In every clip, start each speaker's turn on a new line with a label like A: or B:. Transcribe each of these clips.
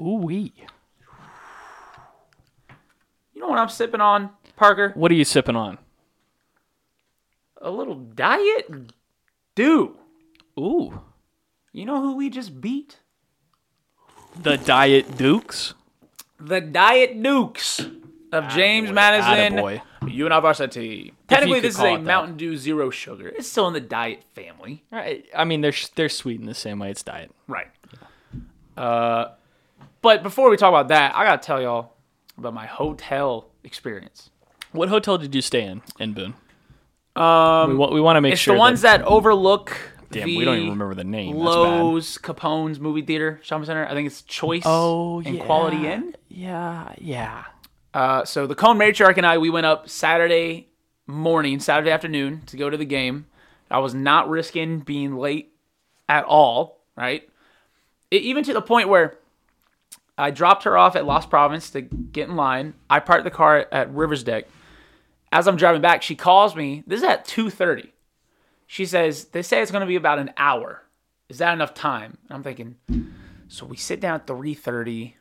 A: Ooh wee.
B: You know what I'm sipping on, Parker?
A: What are you sipping on?
B: A little diet dew.
A: Ooh,
B: You know who we just beat?
A: the Diet Dukes.
B: The Diet Dukes of James Madison,
A: Attaboy.
B: University. Technically,
A: could
B: this is
A: call
B: a
A: it that.
B: Mountain Dew Zero Sugar. It's still in the diet family.
A: I I mean, they're sh- they're sweet in the same way it's diet.
B: Right. Uh, but before we talk about that, I gotta tell y'all about my hotel experience.
A: What hotel did you stay in in Boone? Um, we want we want to make
B: It's
A: sure
B: the ones that, overlook.
A: damn
B: the
A: we don't even remember the name. That's bad.
B: Lowe's Capone's movie theater shopping center. I think it's Choice.
A: Oh,
B: and
A: yeah.
B: Quality Inn.
A: Yeah, yeah.
B: Uh, so the Cone matriarch and I, we went up Saturday morning, Saturday afternoon to go to the game. I was not risking being late at all, right? It, even to the point where I dropped her off at Lost Province to get in line. I parked the car at Rivers Deck. As I'm driving back, she calls me. This is at 2:30. She says, "They say it's going to be about an hour. Is that enough time?" And I'm thinking, so we sit down at 3:30,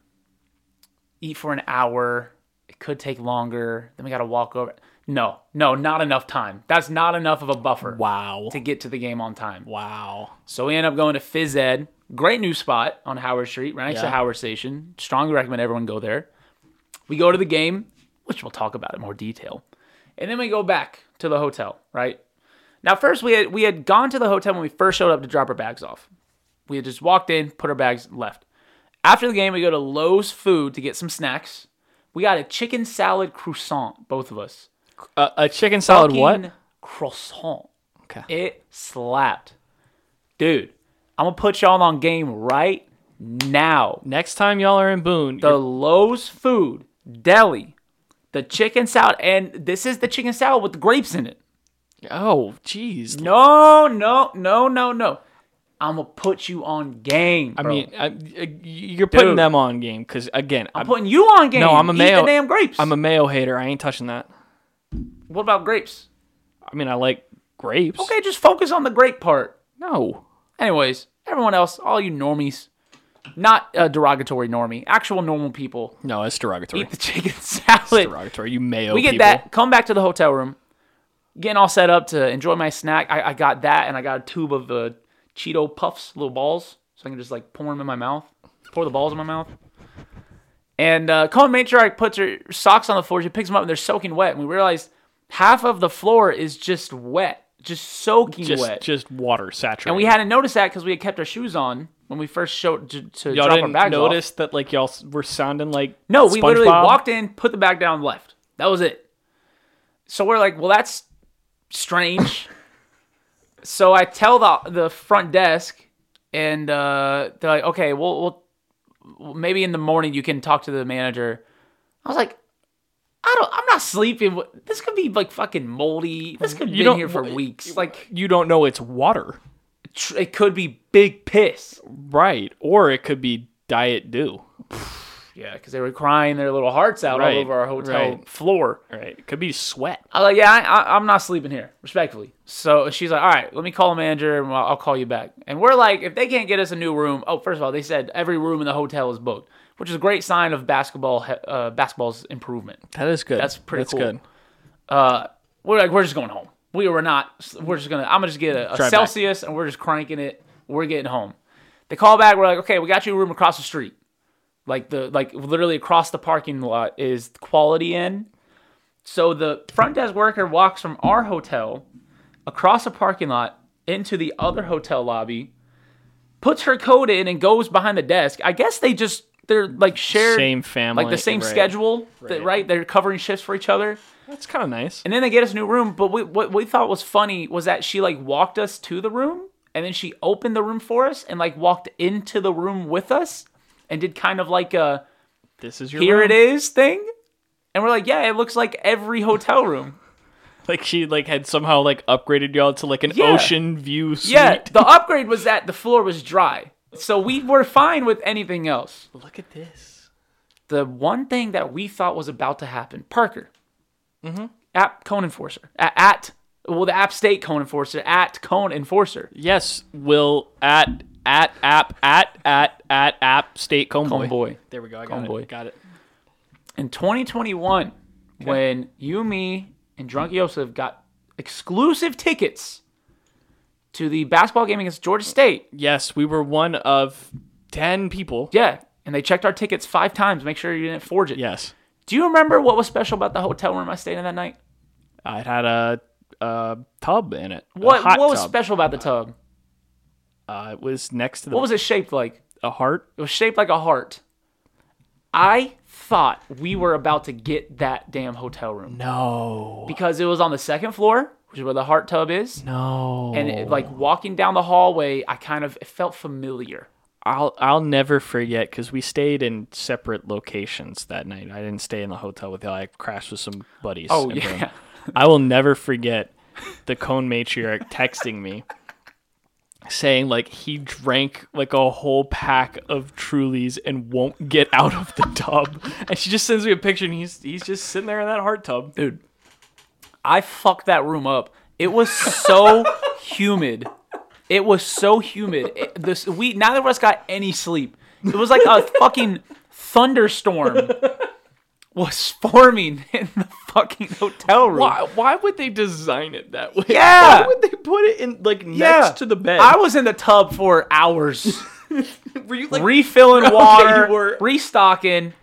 B: eat for an hour. It could take longer. Then we got to walk over. No, no, not enough time. That's not enough of a buffer
A: Wow,
B: to get to the game on time.
A: wow.
B: So we end up going to Phys Ed. Great new spot on Howard Street, right next to
A: Yeah.
B: Howard Station. Strongly recommend everyone go there. We go to the game, which we'll talk about in more detail. And then we go back to the hotel, right? Now, first we had we had gone to the hotel when we first showed up to drop our bags off. We had just walked in, put our bags, left. After the game, we go to Lowe's Food to get some snacks. We got a chicken salad croissant, both of us.
A: Uh, a chicken salad. What?
B: Fucking Croissant.
A: Okay.
B: It slapped. Dude, I'm gonna put y'all on game right now.
A: Next time y'all are in Boone,
B: The Lowe's food, deli, the chicken salad, and this is the chicken salad with the grapes in it.
A: you're- oh jeez.
B: No, no, no, no, no. I'm gonna put you on game.
A: I
B: bro.
A: mean, I, I- you're putting
B: Dude.
A: them on game because again,
B: I'm
A: I'm,
B: putting you on game.
A: No, I'm a
B: Eat
A: mayo-
B: The damn grapes.
A: I'm a mayo hater. I ain't touching that.
B: what about grapes?
A: I mean, I like grapes.
B: Okay, just focus on the grape part.
A: No.
B: Anyways, everyone else, all you normies, not uh, derogatory normie, actual normal people,
A: No, it's derogatory.
B: eat the chicken salad.
A: derogatory. You mayo.
B: we get
A: people.
B: that. Come back to the hotel room. Getting all set up to enjoy my snack. I, I got that, and I got a tube of uh, Cheeto puffs, little balls, so I can just like pour them in my mouth. Pour the balls in my mouth. And uh, Cohen matriarch puts her socks on the floor. She picks them up, and they're soaking wet. And we realize half of the floor is just wet, just soaking
A: Just,
B: wet.
A: just water saturated.
B: and we hadn't noticed that because we had kept our shoes on when we first showed to, to
A: y'all
B: drop our
A: didn't
B: bags off.
A: notice that like y'all s- were sounding like
B: No, we literally
A: SpongeBob?
B: walked in, put the bag down, left. That was it. So we're like, well, that's strange. so I tell the the front desk, and uh, they're like, okay, well, we'll maybe in the morning you can talk to the manager. I was like, I don't, I'm not sleeping. This could be like fucking moldy. This could
A: You
B: be been
A: don't-
B: here for weeks. Like
A: You don't know it's water,
B: tr- it could be big piss.
A: right? Or it could be diet dew,
B: Yeah, because they were crying their little hearts out
A: Right,
B: all over our hotel
A: right.
B: floor.
A: right? It could be sweat.
B: I was like, yeah, I, I, I'm not sleeping here, respectfully. So she's like, all right, let me call the manager and I'll, I'll call you back. And we're like, if they can't get us a new room, oh, first of all, they said every room in the hotel is booked, which is a great sign of basketball he- uh, basketball's improvement.
A: That is good.
B: That's pretty
A: That's
B: cool.
A: good.
B: We're like, we're just going home. We were not. We're just gonna. I'm gonna just get a, a
A: Drive back.
B: Celsius and we're just cranking it. We're getting home. They call back. We're like, okay, we got you a room across the street. Like the like literally across the parking lot is Quality Inn. So the front desk worker walks from our hotel across the parking lot into the other hotel lobby, puts her code in, and goes behind the desk. I guess they just they're like shared
A: Same family,
B: like the same
A: right.
B: schedule, that-
A: Right.
B: right? They're covering shifts for each other.
A: That's kind of nice.
B: And then they get us a new room. But we, what we thought was funny was that she like walked us to the room and then she opened the room for us and like walked into the room with us and did kind of like a
A: This is your
B: here
A: room.
B: it is thing. And we're like, yeah, it looks like every hotel room.
A: Like she like had somehow like upgraded y'all to like an
B: Yeah.
A: ocean view suite.
B: Yeah, the upgrade was that the floor was dry. So we were fine with anything else.
A: Look at this.
B: The one thing that we thought was about to happen, Parker, app cone enforcer, at, at well, the app state cone enforcer, at cone enforcer.
A: Yes, will at at app at at at app State Comboy.
B: Homeboy.
A: There we go. I got
B: Comboy.
A: it. Got it.
B: In 2021, when you, me, and Drunk Yosef got exclusive tickets to the basketball game against Georgia State.
A: Yes, we were one of ten people.
B: Yeah. And they checked our tickets five times. Make sure you didn't forge it.
A: Yes,
B: Do you remember what was special about the hotel room I stayed in that night?
A: Uh, it had a, a tub in it. a
B: What
A: hot
B: what was
A: tub.
B: special about the tub?
A: Uh, it was next to the,
B: What was it shaped like?
A: a heart.
B: It was shaped like a heart. I thought we were about to get that damn hotel room
A: No,
B: because it was on the second floor, which is where the heart tub is.
A: no.
B: And it, like walking down the hallway, I kind of it felt familiar.
A: I'll I'll never forget because we stayed in separate locations that night. I didn't stay in the hotel with you. I crashed with some buddies.
B: Oh,
A: in Boone.
B: yeah.
A: I will never forget the cone matriarch texting me saying like he drank like a whole pack of Trulies and won't get out of the tub. And she just sends me a picture and he's he's just sitting there in that heart tub.
B: Dude, I fucked that room up. It was so humid. It was so humid. It- this we neither of us got any sleep. It was like a fucking thunderstorm was forming in the fucking hotel room.
A: Why why would they design it that way?
B: Yeah.
A: Why would they put it in like next to the bed?
B: I was in the tub for hours,
A: Were you like
B: refilling water,
A: you were-
B: restocking,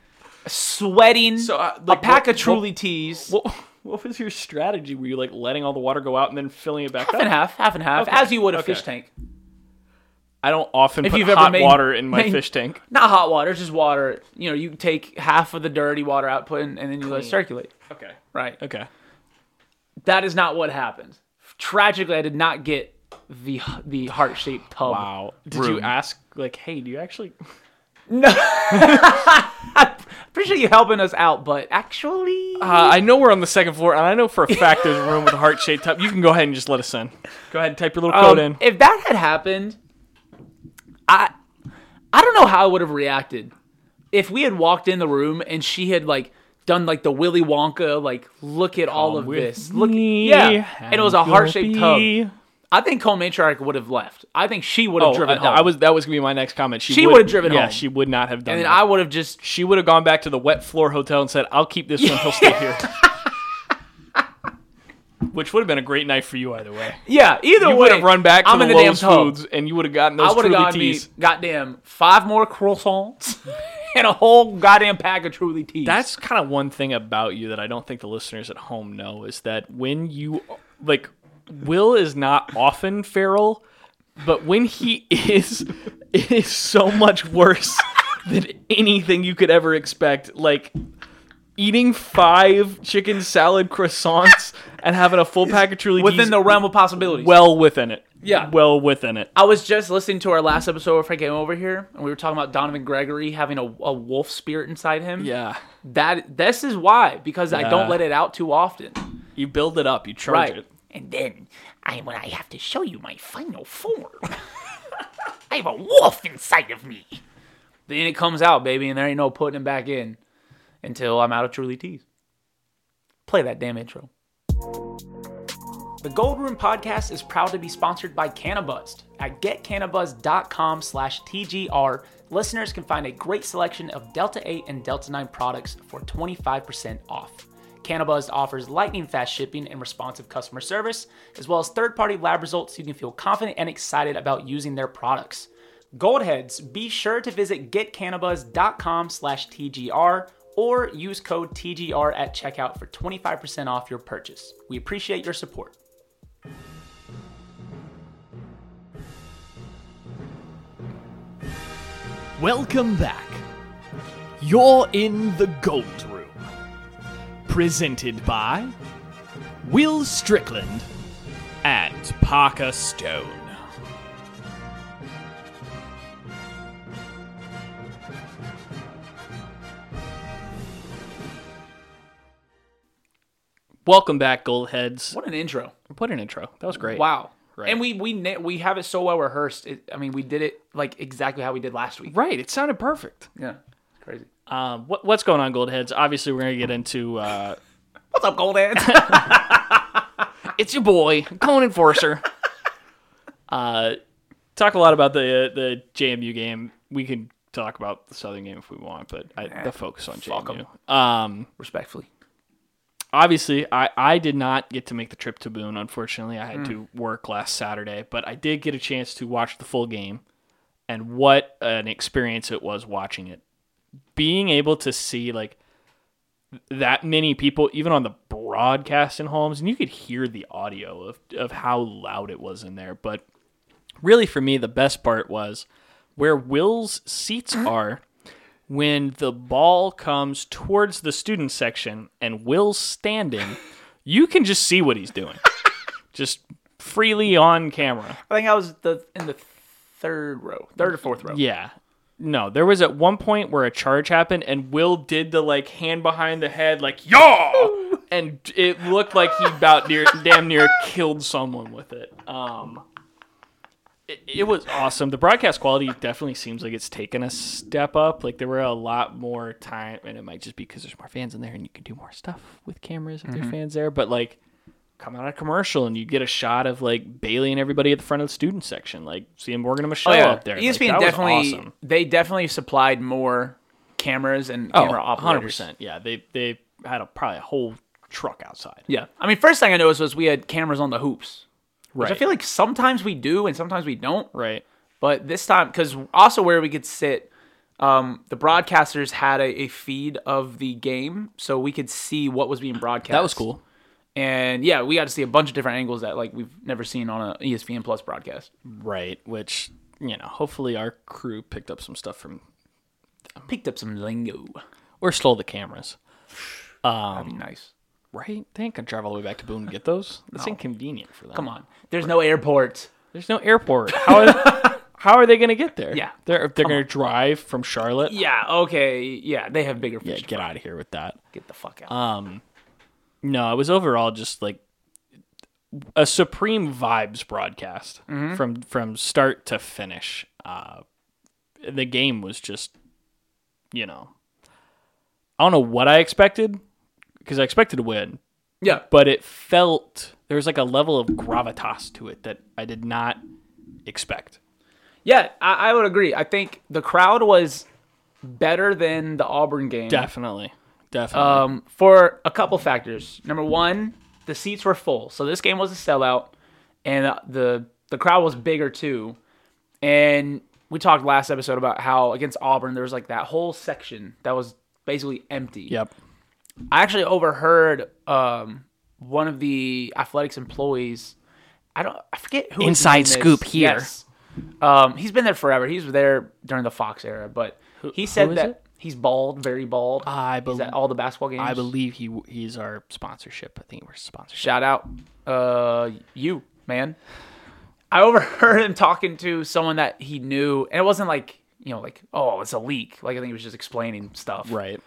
B: sweating,
A: So, uh, like,
B: a pack
A: what-
B: of Truly teas.
A: What, what was your strategy? Were you like letting all the water go out and then filling it back
B: half and
A: up?
B: half, half and half,
A: Okay,
B: as you would a
A: okay.
B: fish tank.
A: I don't often put
B: you've ever
A: hot
B: made-
A: water in my
B: made-
A: fish tank.
B: Not hot water, just water. You know, you take half of the dirty water output and, and then you let it circulate.
A: Okay.
B: Right.
A: Okay.
B: That is not what happened. Tragically, I did not get the the heart shaped tub.
A: Wow. Did you
B: Rude.
A: ask like, hey, do you actually?
B: Appreciate you helping us out, but actually,
A: Uh, I know we're on the second floor, and I know for a fact there's a room with a heart shaped top. You can go ahead and just let us in. Go ahead and type your little
B: Um,
A: code in.
B: If that had happened, I I don't know how I would have reacted if we had walked in the room and she had like done like the Willy Wonka like look at all of
A: with
B: this. Look
A: me,
B: yeah. And it was a
A: you'll
B: heart-shaped tub.
A: be-
B: I think Cole Matriarch would have left. I think she would have
A: Oh,
B: driven
A: I,
B: home.
A: I was that was gonna be my next comment. She,
B: She
A: would
B: would've driven
A: yeah,
B: home.
A: she would not have done.
B: and then
A: that.
B: I would have just
A: she would have gone back to the wet floor hotel and said, "I'll keep this one. He'll stay here." Which would have been a great night for you either way.
B: Yeah, either
A: You
B: way.
A: would have run back to
B: I'm
A: the
B: in the damn
A: Lowe's
B: tub.
A: foods and you would have gotten
B: I
A: those
B: would have
A: truly
B: gotten me
A: teas.
B: goddamn five more croissants and a whole goddamn pack of truly teas.
A: That's kind of one thing about you that I don't think the listeners at home know is that when you like Will is not often feral, but when he is it is so much worse than anything you could ever expect. Like eating five chicken salad croissants and having a full pack of truly
B: within
A: D's
B: the realm of possibilities.
A: well within it.
B: Yeah.
A: Well within it.
B: I was just listening to our last episode before I came over here, and we were talking about Donovan Gregory having a, a wolf spirit inside him.
A: Yeah.
B: That this is why because I
A: Yeah.
B: don't let it out too often.
A: You build it up, you charge
B: Right.
A: it.
B: And then I when I have to show you my final form. I have a wolf inside of me. Then it comes out, baby, and there ain't no putting it back in until I'm out of truly teas. Play that damn intro. The Gold Room Podcast is proud to be sponsored by Cannabuzz. At getcannabuzz.com slash TGR, listeners can find a great selection of Delta 8 and Delta 9 products for 25% off. Cannabuzz offers lightning fast shipping and responsive customer service, as well as third party lab results so you can feel confident and excited about using their products. Goldheads, be sure to visit getcannabuzz.com slash TGR or use code TGR at checkout for 25% off your purchase. We appreciate your support.
A: Welcome back. You're in the Gold Room. Presented by Will Strickland and Parker Stone. Welcome back, Goldheads.
B: What an intro.
A: What an intro. That was great.
B: Wow.
A: Right.
B: And we we na- we have it so well rehearsed. It, I mean, we did it like exactly how we did last week.
A: Right, it sounded perfect.
B: Yeah. Crazy.
A: Um, what, what's going on, Goldheads? Obviously, we're going to get into uh,
B: What's up, Gold Ants?
A: It's your boy, Cone Enforcer. uh, talk a lot about the the JMU game. We can talk about the Southern game if we want, but I, the focus on
B: fuck 'em.
A: JMU. Um,
B: Respectfully.
A: obviously, I, I did not get to make the trip to Boone. Unfortunately, I had to work last Saturday, but I did get a chance to watch the full game, and what an experience it was watching it. Being able to see like that many people, even on the broadcast in Holmes, and you could hear the audio of of how loud it was in there. But really, for me, the best part was where Will's seats are when the ball comes towards the student section and Will's standing, you can just see what he's doing. just freely on camera.
B: I think I was the in the third row, third or fourth row.
A: Yeah. No, there was at one point where a charge happened and Will did the like hand behind the head like yaw and it looked like he about near damn near killed someone with it. Um it, it was awesome. The broadcast quality definitely seems like it's taken a step up. Like there were a lot more time and it might just be because there's more fans in there and you can do more stuff with cameras if there's
B: Mm-hmm.
A: fans there, but like come out of commercial and you get a shot of like Bailey and everybody at the front of the student section, like seeing Morgan and
B: Oh,
A: Michelle up there. Like,
B: ESPN
A: that was
B: definitely
A: awesome.
B: they definitely supplied more cameras and
A: Oh,
B: camera operators.
A: 100%. Yeah, they they had a probably a whole truck outside.
B: Yeah. I mean, first thing I noticed was we had cameras on the hoops. Which
A: Right.
B: I feel like sometimes we do and sometimes we don't.
A: right.
B: But this time, because also where we could sit, um, the broadcasters had a, a feed of the game, so we could see what was being broadcast.
A: That was cool.
B: And yeah, we got to see a bunch of different angles that like we've never seen on a E ESPN Plus broadcast.
A: Right, which you know, hopefully our crew picked up some stuff from
B: Picked up some lingo.
A: or stole the cameras.
B: That'd
A: Um,
B: be nice.
A: Right? They ain't gonna drive all the way back to Boone to get those. That's inconvenient for them.
B: Come on, there's no airport.
A: There's no airport. How are, how are they gonna get there?
B: Yeah.
A: They're if they're gonna drive from Charlotte.
B: Yeah. Okay. Yeah, they have bigger
A: Yeah, Uh,
B: fish. to
A: get
B: fry.
A: out of here with that.
B: Get the fuck out.
A: No, it was overall just like a supreme vibes broadcast from from start to finish. Uh, the game was just, you know, I don't know what I expected because I expected to win,
B: yeah.
A: but it felt there was like a level of gravitas to it that I did not expect.
B: Yeah, I, I would agree. I think the crowd was better than the Auburn game.
A: Definitely, definitely.
B: um, for a couple factors. Number one, the seats were full, so this game was a sellout, and uh, the the crowd was bigger too. And we talked last episode about how against Auburn there was like that whole section that was basically empty.
A: yep.
B: I actually overheard um, one of the athletics employees. I don't. I forget who. his
A: Inside
B: name is.
A: scoop here.
B: Yes. Um, he's been there forever. He was there during the Fox era, but he said
A: who is
B: that
A: it?
B: he's bald, very bald.
A: I
B: he's
A: bel-
B: at all the basketball games.
A: I believe he he's our sponsorship. I think we're sponsorship.
B: Shout out, uh, you man. I overheard him talking to someone that he knew, and it wasn't like you know, like oh, it's a leak. Like I think he was just explaining stuff.
A: Right.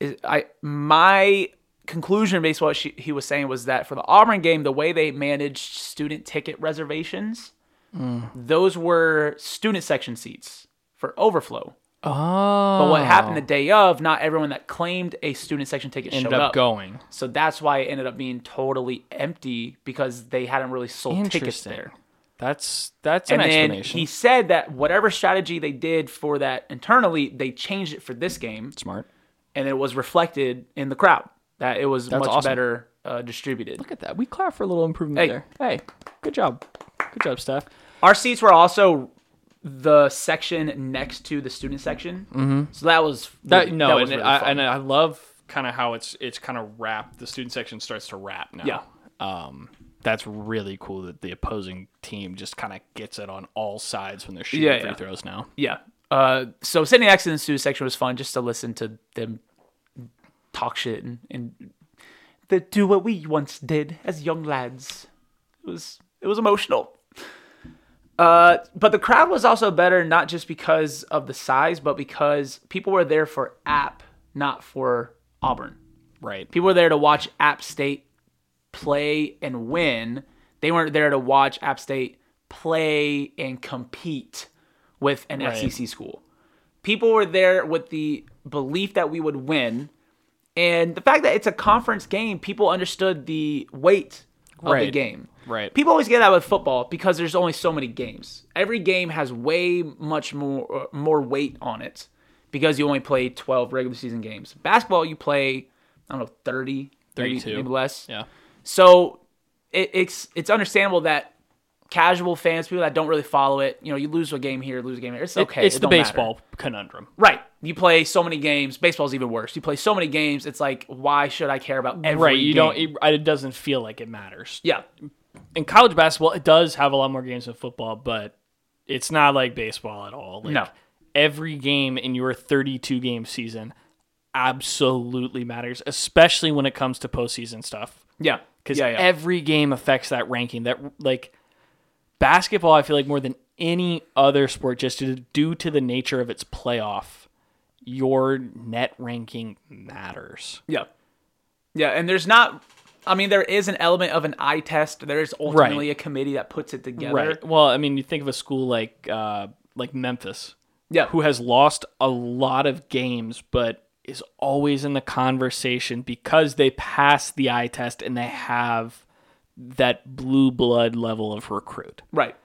B: is I my conclusion based on what she, he was saying was that for the Auburn game, the way they managed student ticket reservations,
A: Mm.
B: those were student section seats for overflow.
A: Oh.
B: But what happened the day of, not everyone that claimed a student section ticket
A: ended
B: showed
A: up
B: up.
A: going.
B: So that's why it ended up being totally empty because they hadn't really sold tickets
A: Interesting.
B: there.
A: That's that's
B: And
A: an
B: then
A: explanation.
B: he said that whatever strategy they did for that internally, they changed it for this game.
A: smart.
B: and it was reflected in the crowd that it was much
A: awesome.
B: better uh, distributed.
A: Look at that. We clap for a little improvement
B: Hey.
A: there. Hey, good job. Good job, Steph.
B: Our seats were also the section next to the student section, mm-hmm. so that was
A: That
B: really-
A: no,
B: was
A: and
B: really
A: I
B: fun.
A: and I love kind of how it's it's kind of wrapped. The student section starts to wrap now.
B: Yeah.
A: Um, that's really cool that the opposing team just kind of gets it on all sides when they're shooting
B: Yeah,
A: free
B: yeah.
A: throws now.
B: yeah. Uh, so sitting next to the student section was fun, just to listen to them talk shit and, and to do what we once did as young lads. It was it was emotional. Uh, but the crowd was also better, not just because of the size, but because people were there for App, not for Auburn.
A: Right.
B: People were there to watch App State play and win. They weren't there to watch App State play and compete with an SEC school. People were there with the belief that we would win. And the fact that it's a conference game, people understood the weight of the
A: Right.
B: game.
A: Right.
B: People always get that with football because there's only so many games. Every game has way much more uh, more weight on it because you only play 12 regular season games. Basketball, you play I don't know 30, maybe-
A: 32.
B: maybe less.
A: Yeah.
B: So it, it's it's understandable that casual fans, people that don't really follow it, you know, you lose a game here, lose a game here. It's okay.
A: it's
B: it
A: the
B: don't matter.
A: baseball conundrum.
B: Right. You play so many games. Baseball's even worse. You play so many games. It's like, why should I care about every
A: Right. You
B: game?
A: don't. e- It, it doesn't feel like it matters.
B: yeah.
A: In college basketball, it does have a lot more games than football, but it's not like baseball at all. Like,
B: No.
A: Every game in your 32 game season absolutely matters, especially when it comes to postseason stuff.
B: Yeah.
A: because
B: yeah, yeah.
A: every game affects that ranking. That like basketball, I feel like more than any other sport, just due- due to the nature of its playoff, your net ranking matters.
B: Yeah. Yeah, and there's not I mean there is an element of an eye test. There is ultimately a committee that puts it together.
A: Right. Well, I mean, you think of a school like uh, like Memphis,
B: Yeah.
A: who has lost a lot of games, but is always in the conversation because they pass the eye test and they have that blue blood level of recruit.
B: Right.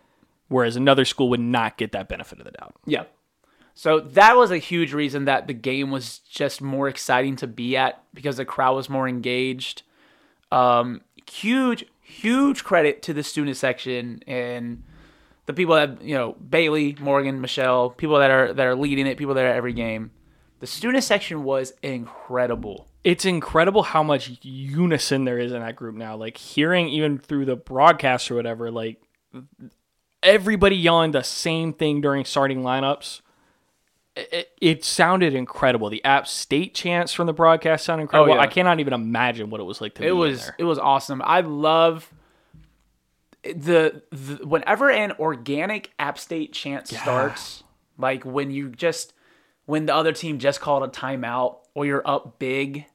A: Whereas another school would not get that benefit of the doubt.
B: Yeah. So that was a huge reason that the game was just more exciting to be at because the crowd was more engaged. Um, huge, huge credit to the student section and the people that you know Bailey, Morgan, Michelle, people that are that are leading it, people that are at every game. The student section was incredible.
A: it's incredible how much unison there is in that group now. Like hearing even through the broadcast or whatever, like everybody yelling the same thing during starting lineups. It, it sounded incredible. The app state chants from the broadcast sound incredible.
B: Oh, yeah.
A: I cannot even imagine what it was like to be
B: It
A: in
B: was
A: there.
B: it was awesome. I love the, the whenever an organic app state chant starts, like when you just when the other team just called a timeout or you're up big,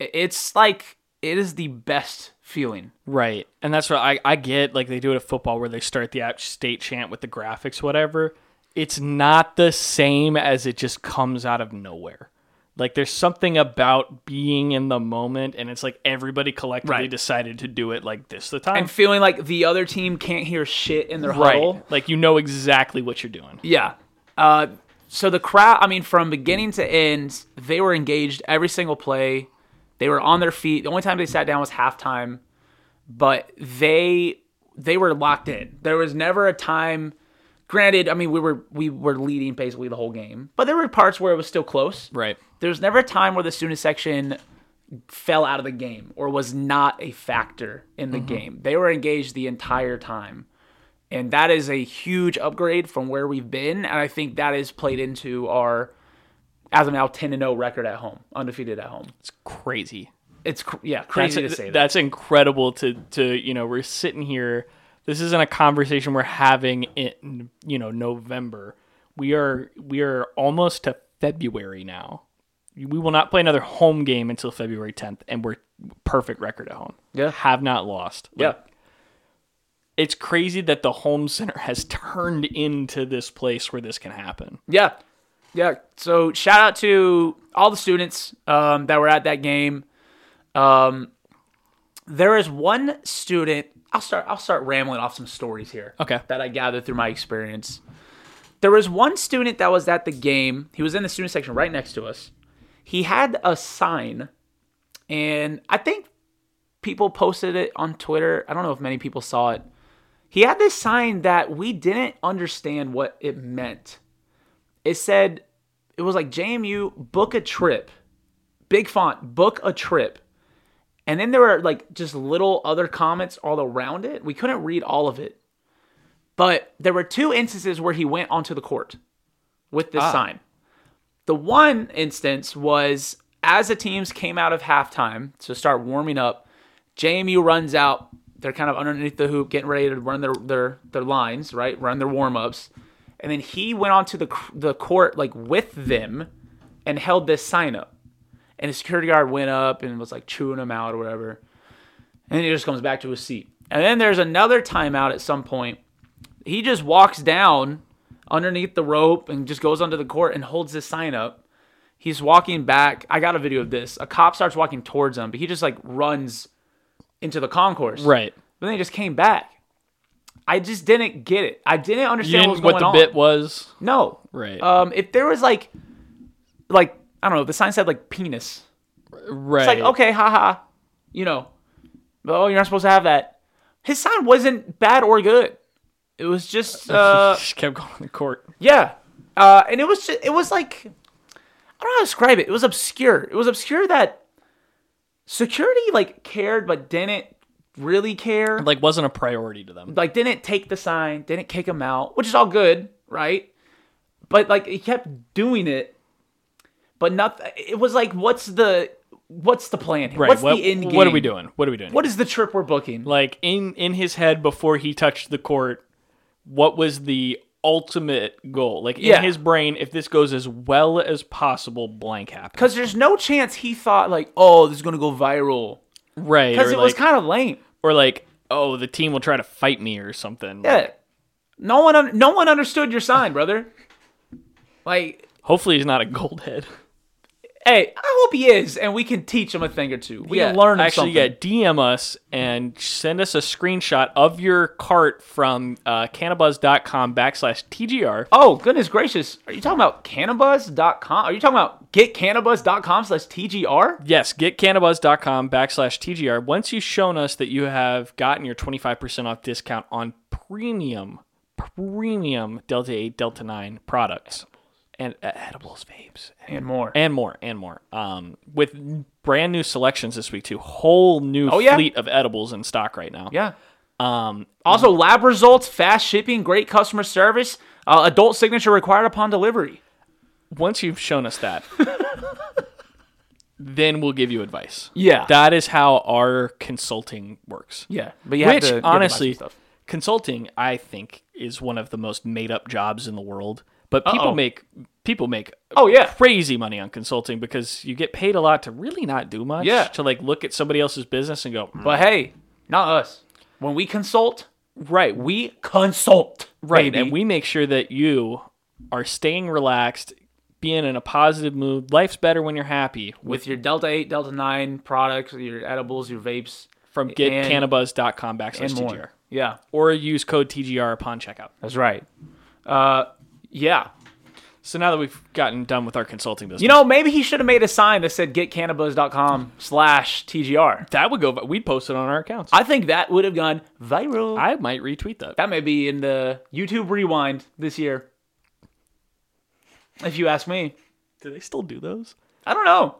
B: i- it's like it is the best feeling.
A: Right. And that's what I, I get. Like they do it at football where they start the app state chant with the graphics, whatever. It's not the same as it just comes out of nowhere. Like there's something about being in the moment and it's like everybody collectively
B: Right.
A: decided to do it like this the time.
B: And feeling like the other team can't hear shit in their huddle.
A: right. Like you know exactly what you're doing.
B: Yeah. Uh, so the crowd, I mean, from beginning to end, they were engaged every single play. They were on their feet. The only time they sat down was halftime, but they they were locked in. There was never a time. Granted, I mean, we were we were leading basically the whole game, but there were parts where it was still close.
A: Right.
B: There was never a time where the student section fell out of the game or was not a factor in the game. They were engaged the entire time. And that is a huge upgrade from where we've been. And I think that is played into our, as of now, 10 0 record at home, undefeated at home.
A: It's crazy.
B: It's, cr- yeah, crazy
A: that's,
B: to say that.
A: that's incredible to to you know we're sitting here this isn't a conversation we're having in you know november we are we are almost to february now we will not play another home game until february 10th and we're perfect record at home
B: Yeah.
A: have not lost
B: Yeah.
A: Like, it's crazy that the home center has turned into this place where this can happen
B: Yeah. Yeah. So shout out to all the students um, that were at that game. Um, there is one student. I'll start. I'll start rambling off some stories here.
A: Okay.
B: That I gathered through my experience. There was one student that was at the game. He was in the student section right next to us. He had a sign, and I think people posted it on Twitter. I don't know if many people saw it. He had this sign that we didn't understand what it meant it said it was like JMU book a trip, big font book a trip, and then there were like just little other comments all around it. We couldn't read all of it, but there were two instances where he went onto the court with this sign. The one instance was as the teams came out of halftime to start warming up, JMU runs out. They're kind of underneath the hoop, getting ready to run their their their lines, right? Run their warm ups, and then he went onto the cr- the court like with them, and held this sign up, and the security guard went up and was like chewing him out or whatever, and then he just comes back to his seat. And then there's another timeout at some point. He just walks down underneath the rope and just goes onto the court and holds this sign up he's walking back. I got a video of this. A cop starts walking towards him, but he just like runs into the concourse.
A: right
B: But then he just came back. I just didn't get it. I didn't
A: You
B: understand what was
A: didn't,
B: going
A: what the
B: on.
A: bit was.
B: No.
A: Right.
B: Um, if there was like, like I don't know, the sign said like penis.
A: Right.
B: It's like okay, haha, you know, oh you're not supposed to have that. His sign wasn't bad or good. It was just uh,
A: Just kept going to court.
B: yeah, uh, and it was just, it was like I don't know how to describe it. It was obscure. It was obscure that security like cared but didn't really care
A: Like wasn't a priority to them.
B: like didn't take the sign, didn't kick him out, which is all good, right? But like he kept doing it, but nothing. It was like, what's the what's the plan? here?
A: Right.
B: What's
A: what,
B: the end game?
A: what are we doing? What are we doing?
B: What is the trip we're booking?
A: like in in his head before he touched the court what was the ultimate goal like
B: Yeah.
A: in his brain if this goes as well as possible blank happens
B: Because there's no chance he thought like, oh, this is gonna go viral.
A: right or
B: Because it
A: like,
B: was kind of lame.
A: or like oh the team will try to fight me or something Like,
B: Yeah. No one, un- no one understood your sign, brother. Like,
A: hopefully he's not a gold head
B: hey, I hope he is, and we can teach him a thing or two. We can learn him
A: actually
B: something.
A: yeah dm us and send us a screenshot of your cart from uh, cannabuzz.com backslash tgr
B: Oh, goodness gracious. Are you talking about cannabis.com? Are you talking about getcannabis.com slash TGR?
A: Yes, get cannabuzz.com backslash TGR. Once you've shown us that you have gotten your 25% off discount on premium, premium Delta 8, Delta 9 products and uh, edibles, vapes,
B: And more.
A: and more, and more. Um, with brand new selections this week, too. Whole new
B: Oh, yeah.
A: fleet of edibles in stock right now.
B: yeah.
A: Um,
B: Also, lab results, fast shipping, great customer service, uh, adult signature required upon delivery.
A: once you've shown us that, then we'll give you advice.
B: Yeah.
A: That is how our consulting works.
B: yeah. But you have
A: Which
B: to give
A: honestly,
B: them stuff.
A: consulting I think is one of the most made up jobs in the world. But people
B: Uh-oh.
A: make people make
B: Oh, yeah.
A: crazy money on consulting because you get paid a lot to really not do much.
B: Yeah. Mm-hmm.
A: To like look at somebody else's business and go, "Mm,
B: But hey, not us. When we consult,
A: right, we
B: we consult.
A: right,
B: baby.
A: and we make sure that you are staying relaxed, being in a positive mood. Life's better when you're happy. With
B: With your Delta 8, Delta 9 products, your edibles, your vapes,
A: from
B: and-
A: getcannabuzz.com backslash
B: and more.
A: TGR.
B: Yeah.
A: Or use code TGR upon checkout.
B: That's right. Uh, yeah.
A: So now that we've gotten done with our consulting business,
B: You know, maybe he should have made a sign that said getcannabis.com slash TGR.
A: that would go. We'd post it on our accounts.
B: I think that would have gone viral.
A: I might retweet that.
B: that may be in the YouTube rewind this year. If you ask me.
A: Do they still do those?
B: I don't know.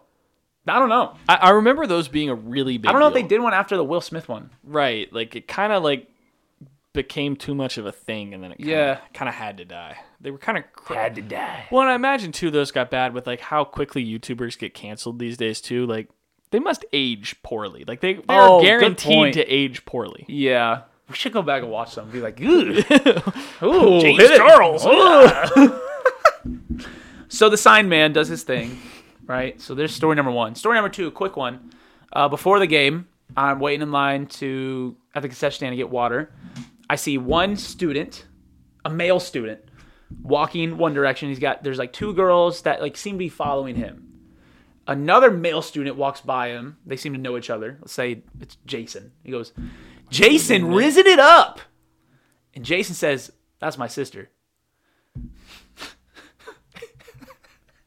B: I don't know.
A: I, I remember those being a really big.
B: I don't know if they
A: deal.
B: did one after the Will Smith one.
A: Right, like it kind of like became too much of a thing, and then it kinda,
B: Yeah.
A: kind of had to die. They were kind of cr-
B: to die.
A: well, and I imagine too those got bad with like how quickly YouTubers get canceled these days too. Like they must age poorly. Like they they
B: Oh,
A: are
B: good
A: guaranteed
B: point.
A: to age poorly.
B: Yeah. We should go back and watch some and be like, ooh. ooh
A: James
B: hit it.
A: Charles.
B: Ooh. so the sign man does his thing, right? So there's story number one. Story number two, a quick one. Uh, before the game, I'm waiting in line to at the concession stand to get water. I see one student, a male student, walking one direction. He's got there's like two girls that like seem to be following him. Another male student walks by him. They seem to know each other. Let's say it's Jason. He goes, Jason, risen it up. And Jason says, That's my sister.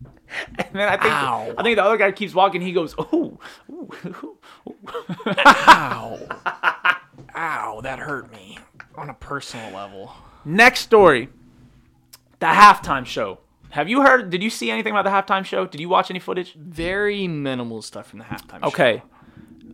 B: and then I think
A: Ow.
B: I think the other guy keeps walking. He goes, "Oh, ooh, ooh,
A: Ow, ow, that hurt me on a personal level.
B: Next story. The halftime show. Have you heard? Did you see anything about the halftime show? Did you watch any footage?
A: Very minimal stuff from the halftime. show.
B: Okay.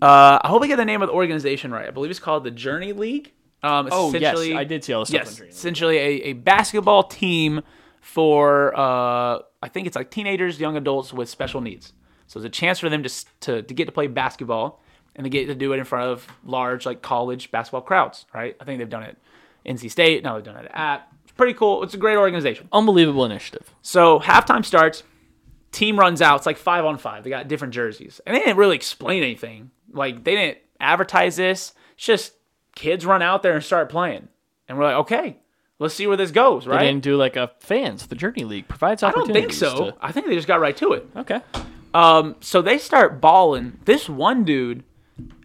B: Uh, I hope I get the name of the organization right. I believe it's called the Journey League. Um,
A: Oh yes,
B: essentially-
A: I did see all the stuff. on
B: Yes,
A: Dream.
B: essentially a, a basketball team for uh, I think it's like teenagers, young adults with special needs. So it's a chance for them to, s- to to get to play basketball and they get to do it in front of large like college basketball crowds, right? I think they've done it at NC State. Now they've done it at. It's pretty cool. It's a great organization.
A: Unbelievable initiative.
B: So halftime starts. Team runs out. It's like five on five. They got different jerseys, and they didn't really explain anything. Like they didn't advertise this. It's just kids run out there and start playing, and we're like, okay, let's see where this goes,
A: They
B: right?
A: didn't do like a fans. The Journey League provides
B: I don't think
A: opportunities.
B: so. I think they just got right to it.
A: to- okay.
B: Um, so they start balling. This one dude,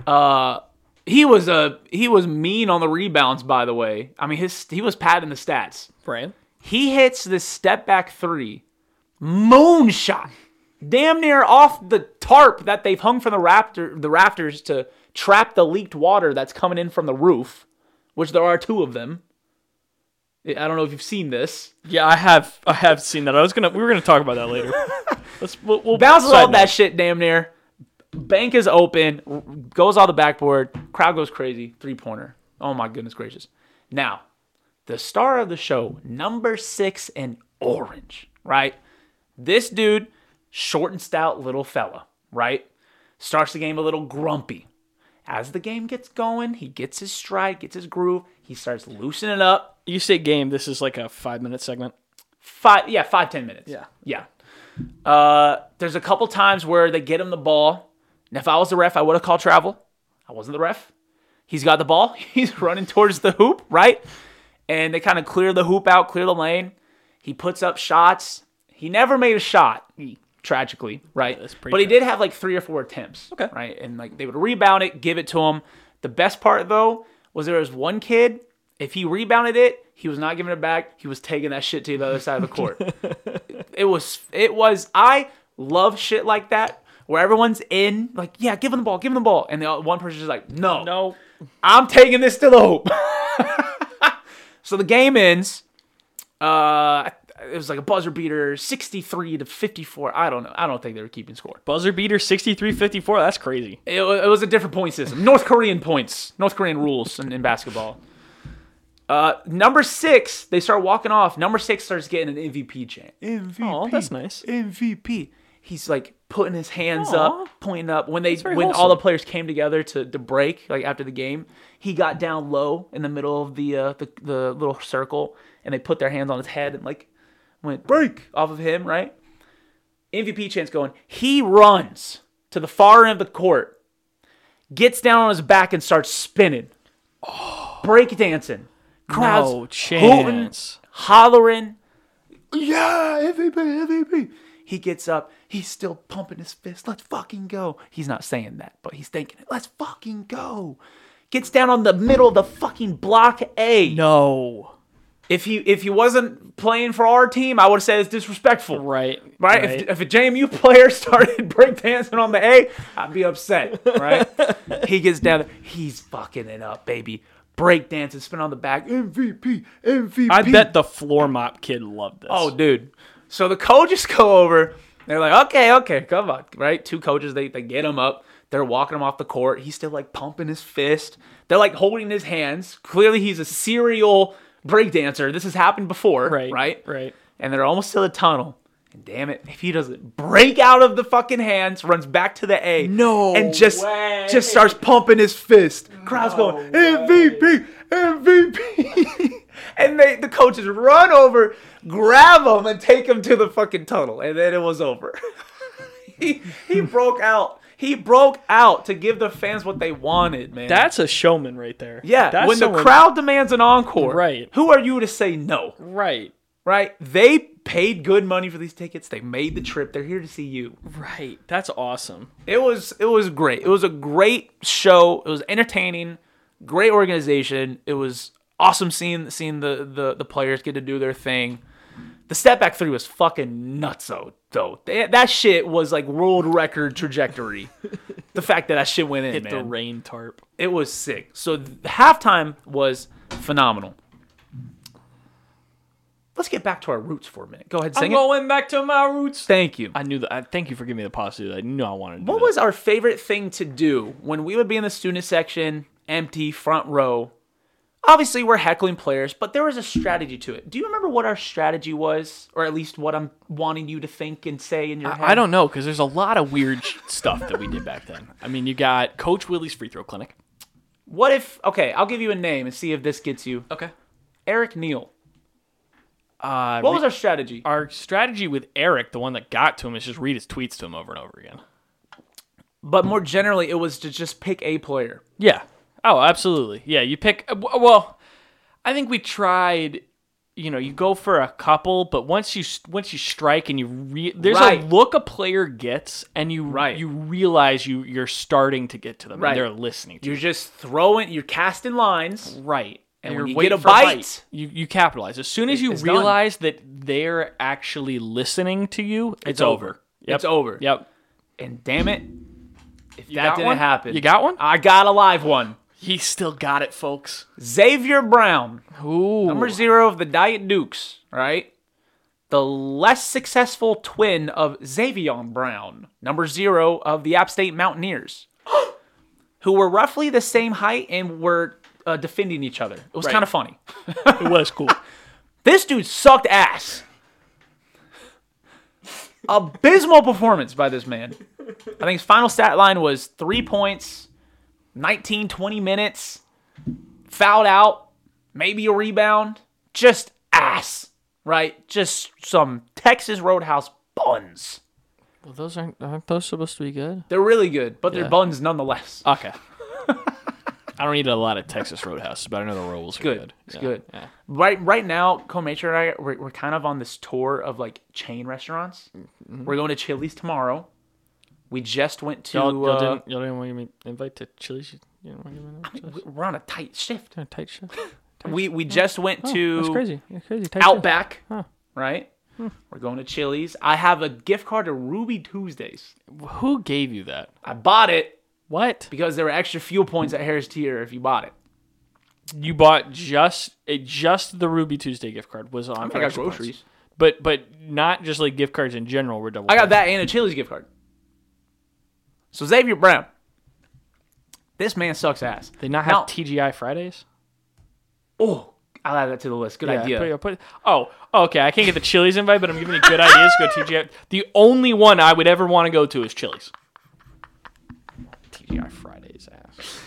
B: uh, He was a he was mean on the rebounds. By the way, I mean his he was padding the stats.
A: Brian.
B: He hits this step back three, moonshot, damn near off the tarp that they've hung from the rafter the rafters to trap the leaked water that's coming in from the roof, which there are two of them. I I don't know if you've seen this.
A: Yeah, I have I have seen that. I was gonna we were gonna talk about that later. Let's we'll, we'll
B: bounces
A: side
B: all that
A: note.
B: shit damn near. Bank is open, r- goes all the backboard, crowd goes crazy, three pointer. Oh my goodness gracious. Now, the star of the show, number six in orange, right? This dude, short and stout little fella, right? Starts the game a little grumpy. As the game gets going, he gets his stride, gets his groove, he starts loosening up,
A: You say game. This is like a five minute segment.
B: five yeah five ten minutes
A: Yeah.
B: yeah uh, there's a couple times where they get him the ball and if i was the ref i would have called travel i wasn't the ref he's got the ball he's running towards the hoop right and they kind of clear the hoop out clear the lane he puts up shots he never made a shot tragically right
A: that's pretty
B: but he did have like three or four attempts
A: Okay.
B: right and like they would rebound it give it to him the best part though was there was one kid if he rebounded it he was not giving it back he was taking that shit to the other side of the court it was it was I love shit like that where everyone's in like yeah give him the ball give him the ball and the o- one person's just like no
A: No.
B: I'm taking this to the hoop so the game ends uh it was like a buzzer beater 63 to 54 I don't know I don't think they were keeping score
A: Buzzer beater sixty three fifty four. That's crazy.
B: it, wa- it was a different point system. North Korean points, North Korean rules in, in basketball. Uh, number six, they start walking off. Number six starts getting an MVP chant. MVP.
A: Aw, Oh, that's nice.
B: MVP. He's like putting his hands
A: Aw.
B: up, pointing up. When they
A: very
B: when all the
A: wholesome.
B: players came together to, to break, like after the game, he got down low in the middle of the uh, the, the little circle, and they put their hands on his head and like went break off of him, right? MVP chance going. He runs to the far end of the court, gets down on his back and starts spinning, break dancing. Crowds
A: No
B: hooting,
A: chance.
B: hollering. Yeah, MVP, MVP. He gets up. He's still pumping his fist. Let's fucking go. He's not saying that, but he's thinking it. Let's fucking go. Gets down on the middle of the fucking block A.
A: No.
B: If he if he wasn't playing for our team, I would have said it's disrespectful.
A: Right.
B: Right? If, if a JMU player started breakdancing on the A, I'd be upset. Right? he gets down there. He's fucking it up, baby. Breakdancing, spin on the back. MVP, MVP.
A: I bet the floor mop kid loved this.
B: Oh, dude. So the coaches go over. They're like, okay, okay, come on, right? Two coaches, they, they get him up. They're walking him off the court. He's still like pumping his fist. They're like holding his hands. Clearly, he's a serial breakdancer. This has happened before,
A: right.
B: Right?
A: Right.
B: and they're almost to the tunnel. And damn it, if he doesn't break out of the fucking hands, runs back to the A,
A: No
B: and just
A: way.
B: just starts pumping his fist. Crowd's going MVP, MVP, and they the coaches run over, grab him, and take him to the fucking tunnel, and then it was over. he he broke out. He broke out to give the fans what they wanted, man.
A: That's a showman right there.
B: yeah,
A: That's
B: when the
A: someone-
B: crowd demands an encore,
A: Right.
B: Who are you to say no?
A: Right.
B: right? They paid good money for these tickets. They made the trip. They're here to see you.
A: Right. That's awesome.
B: It was it was great. It was a great show. It was entertaining. Great organization. It was awesome seeing seeing the the, the players get to do their thing. The step back three was fucking nuts though. Though that, that shit was like world record trajectory. the fact that that shit went in,
A: Hit
B: man
A: the rain tarp.
B: it was sick. So th- halftime was phenomenal. Let's get back to our roots for a minute. Go ahead, sing it.
A: going back to my roots.
B: Thank you.
A: I knew that. I, thank you for giving me the positive. I knew I wanted to. do
B: What
A: that.
B: was our favorite thing to do when we would be in the student section, empty front row? Obviously, we're heckling players, but there was a strategy to it. Do you remember what our strategy was, or at least what I'm wanting you to think and say in your head?
A: I don't know because there's a lot of weird sh- stuff that we did back then. I mean, you got Coach Willie's free throw clinic.
B: What if? Okay, I'll give you a name and see if this gets you.
A: Okay.
B: Eric Neal.
A: Uh,
B: What was our strategy?
A: our strategy with Eric, the one that got to him, is just read his tweets to him over and over again.
B: But more generally, it was to just pick a player.
A: uh, Yeah. Oh, absolutely. Yeah, you pick. w- Well, I think we tried. you know you go for a couple, but once you once you strike and you re- there's
B: Right.
A: a look a player gets, and you
B: Right.
A: you realize you you're starting to get to them.
B: Right.
A: and They're listening to
B: You're just throwing, you're casting lines.
A: you. Right.
B: And
A: You're
B: when you
A: waiting
B: get a
A: for
B: bite,
A: you, you capitalize. As soon as you
B: it's done.
A: realize that they're actually listening to you, it's, over.
B: over.
A: Yep.
B: It's over.
A: Yep.
B: And damn it, if
A: got
B: that didn't
A: one?
B: happen,
A: You got one?
B: I got a live one.
A: He still got it, folks.
B: Xavier Brown,
A: Ooh.
B: number zero of the Diet Dukes, right? The less successful twin of Xavion Brown, number zero of the App State Mountaineers, who were roughly the same height and were uh, defending each other. It was
A: Right.
B: kind of funny.
A: it was cool.
B: This dude sucked ass. Abysmal performance by this man. I think his final stat line was three points, 19, 20 minutes, fouled out, maybe a rebound. Just ass, right? Just some Texas Roadhouse buns.
A: well, those aren't aren't those supposed to be good?
B: They're really good, but
A: Yeah.
B: they're buns nonetheless.
A: Okay. I don't eat a lot of Texas Roadhouse, but I know the rolls are good.
B: good. It's good. Right right now, Comature and I we're, we're kind of on this tour of like chain restaurants.
A: Mm-hmm.
B: We're going to Chili's tomorrow. We just went to
A: Y'all, y'all,
B: uh,
A: didn't, y'all didn't want to give me invite to Chili's? You didn't want to give me an invite?
B: we- we're on a tight shift.
A: Kinda tight shit.
B: We we just went to
A: That's crazy. That's crazy. Tight shit.
B: Outback,
A: Huh. Hmm.
B: right? We're going to Chili's. I have a gift card to Ruby Tuesdays.
A: Who gave you that?
B: I bought it
A: What?
B: because there were extra fuel points at Harris Teeter if you bought it.
A: You bought just it, just the Ruby Tuesday gift card was on. for
B: I got
A: extra points.
B: groceries.
A: but but not just like gift cards in general were double.
B: I got that and a Chili's gift card. So Xavier Brown, this man sucks ass.
A: They not have
B: Now-
A: TGI Fridays.
B: Oh, I'll add that to the list. Good
A: Yeah,
B: idea.
A: put it- put it- oh, okay. I can't get the Chili's invite, but I'm giving you good ideas. Go TGI. The only one I would ever want to go to is Chili's. TGI Fridays ass.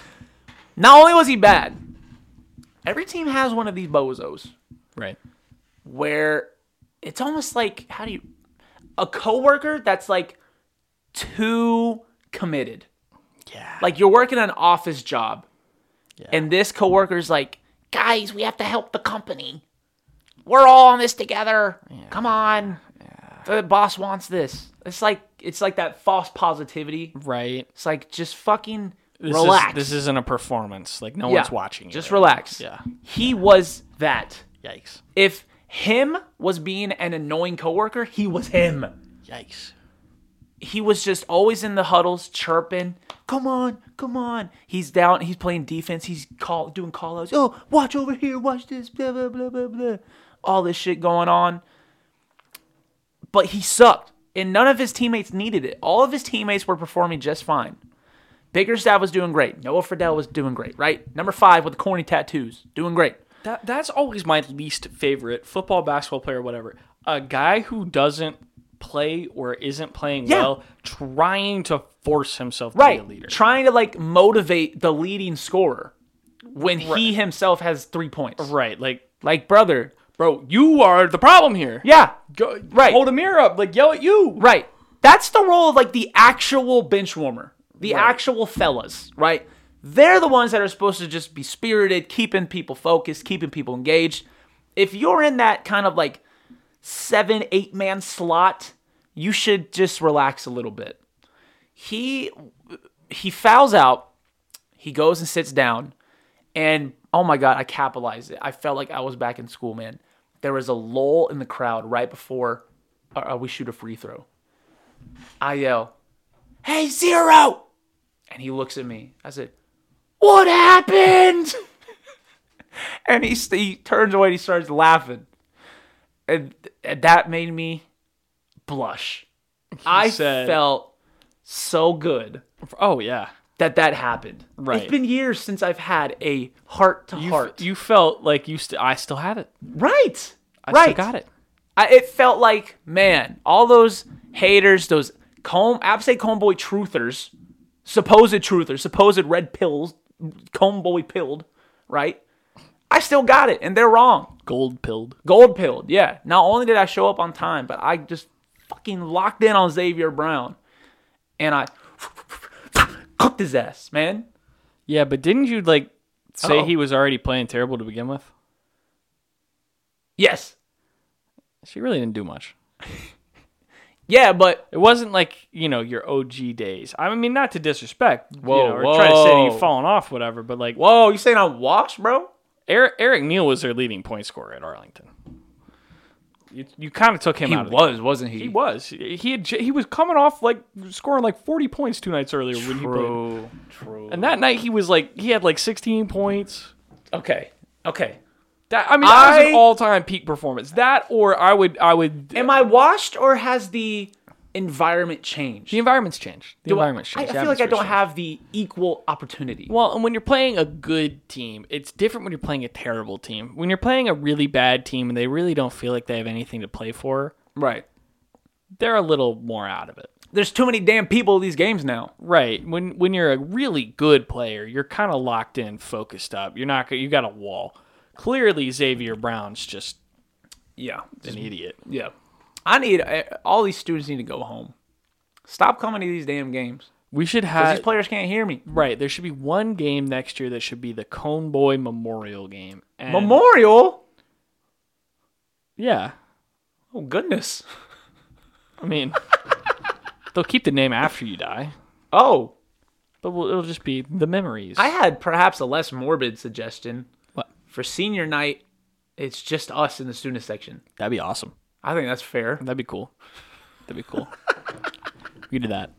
B: Not only was he bad, every team has one of these bozos
A: Right.
B: where it's almost like how do you a coworker that's like too committed.
A: Yeah.
B: Like you're working an office job,
A: Yeah.
B: and this coworker's like, "Guys, we have to help the company. We're all on this together. Come on, the boss wants this." It's like it's like that false positivity.
A: Right.
B: It's like just fucking
A: This is-
B: relax.
A: this isn't a performance. Like no
B: Yeah.
A: one's watching. you.
B: Just relax.
A: Yeah.
B: He was that.
A: Yikes.
B: If him was being an annoying coworker, he was him.
A: Yikes.
B: He was just always in the huddles chirping, "Come on, come on." He's down. He's playing defense. He's call doing call outs. Oh, watch over here. Watch this. Blah blah blah blah blah. All this shit going on. But he sucked, and none of his teammates needed it. All of his teammates were performing just fine. Bickerstaff was doing great. Noah Friedel was doing great. Right, number five with the corny tattoos, doing great.
A: That that's always my least favorite football, basketball player, whatever. A guy who doesn't play or isn't playing
B: Yeah.
A: well, trying to force himself to
B: right
A: be a leader.
B: trying to like motivate the leading scorer when he himself has three points
A: right. Like,
B: like brother
A: bro, you are the problem here.
B: yeah
A: Go,
B: Right.
A: Hold a mirror up. Like, yell at you.
B: right that's the role of like the actual bench warmer the actual fellas right they're the ones that are supposed to just be spirited keeping people focused keeping people engaged if you're in that kind of like seven eight man slot you should just relax a little bit he he fouls out he goes and sits down and oh my god i capitalized it i felt like i was back in school man there was a lull in the crowd right before uh, uh, we shoot a free throw i yell hey zero and he looks at me i said what happened and he, st- he turns away and he starts laughing and, and that made me blush i
A: said-
B: felt so good
A: Oh yeah.
B: that that happened.
A: Right.
B: It's been years since I've had a heart to
A: You,
B: heart.
A: you felt like you. St- I still had it.
B: right.
A: I
B: right.
A: still got it.
B: I, it felt like, man, all those haters, those comb, App State comb boy truthers, supposed truthers, supposed red pills, comb boy pilled, right? I still got it, and they're wrong.
A: Gold pilled.
B: Gold pilled, yeah. Not only did I show up on time, but I just fucking locked in on Xavier Brown, and I cooked his ass, man.
A: Yeah, but didn't you like say
B: Uh-oh.
A: he was already playing terrible to begin with?
B: Yes.
A: She really didn't do much.
B: Yeah, but
A: It wasn't like you know your OG days. I mean, not to disrespect,
B: Whoa,
A: you know, or try to say
B: whoa.
A: you've fallen off, whatever. But like
B: whoa, you saying I'm washed, bro?
A: Eric, Eric Neal was their leading point scorer at Arlington. You, you kind of took him
B: He
A: out. Of
B: was, wasn't he?
A: the, he was. He had, j- he was coming off like scoring like forty points two nights earlier when he played.
B: True. True.
A: And that night he was like he had like sixteen points.
B: okay. Okay.
A: That I mean that was
B: I-
A: an all time peak performance. That or I would I would
B: Am I washed or has the environment changed?
A: the environment's changed. The environment's
B: I, I
A: changed. The
B: feel like I
A: atmosphere's
B: don't
A: changed.
B: have the equal opportunity.
A: Well, and when you're playing a good team, it's different when you're playing a terrible team. When you're playing a really bad team and they really don't feel like they have anything to play for,
B: Right.
A: they're a little more out of it.
B: There's too many damn people in these games now.
A: Right. When when you're a really good player, you're kind of locked in, focused up. You're not go- you got a wall. Clearly Xavier Brown's just
B: Yeah.
A: an idiot.
B: Yeah. I need I- all these students need to go home. Stop coming to these damn games.
A: We should
B: 'Cause
A: have
B: these players can't hear me.
A: right, there should be one game next year that should be the Cone Boy Memorial game. And,
B: Memorial?
A: Yeah.
B: Oh goodness.
A: I mean, they'll keep the name after you die,
B: Oh,
A: but we'll, it'll just be the memories.
B: I had perhaps a less morbid suggestion.
A: What?
B: For senior night, it's just us in the student section.
A: That'd be awesome.
B: I think that's fair.
A: That'd be cool. That'd be cool. we could do that.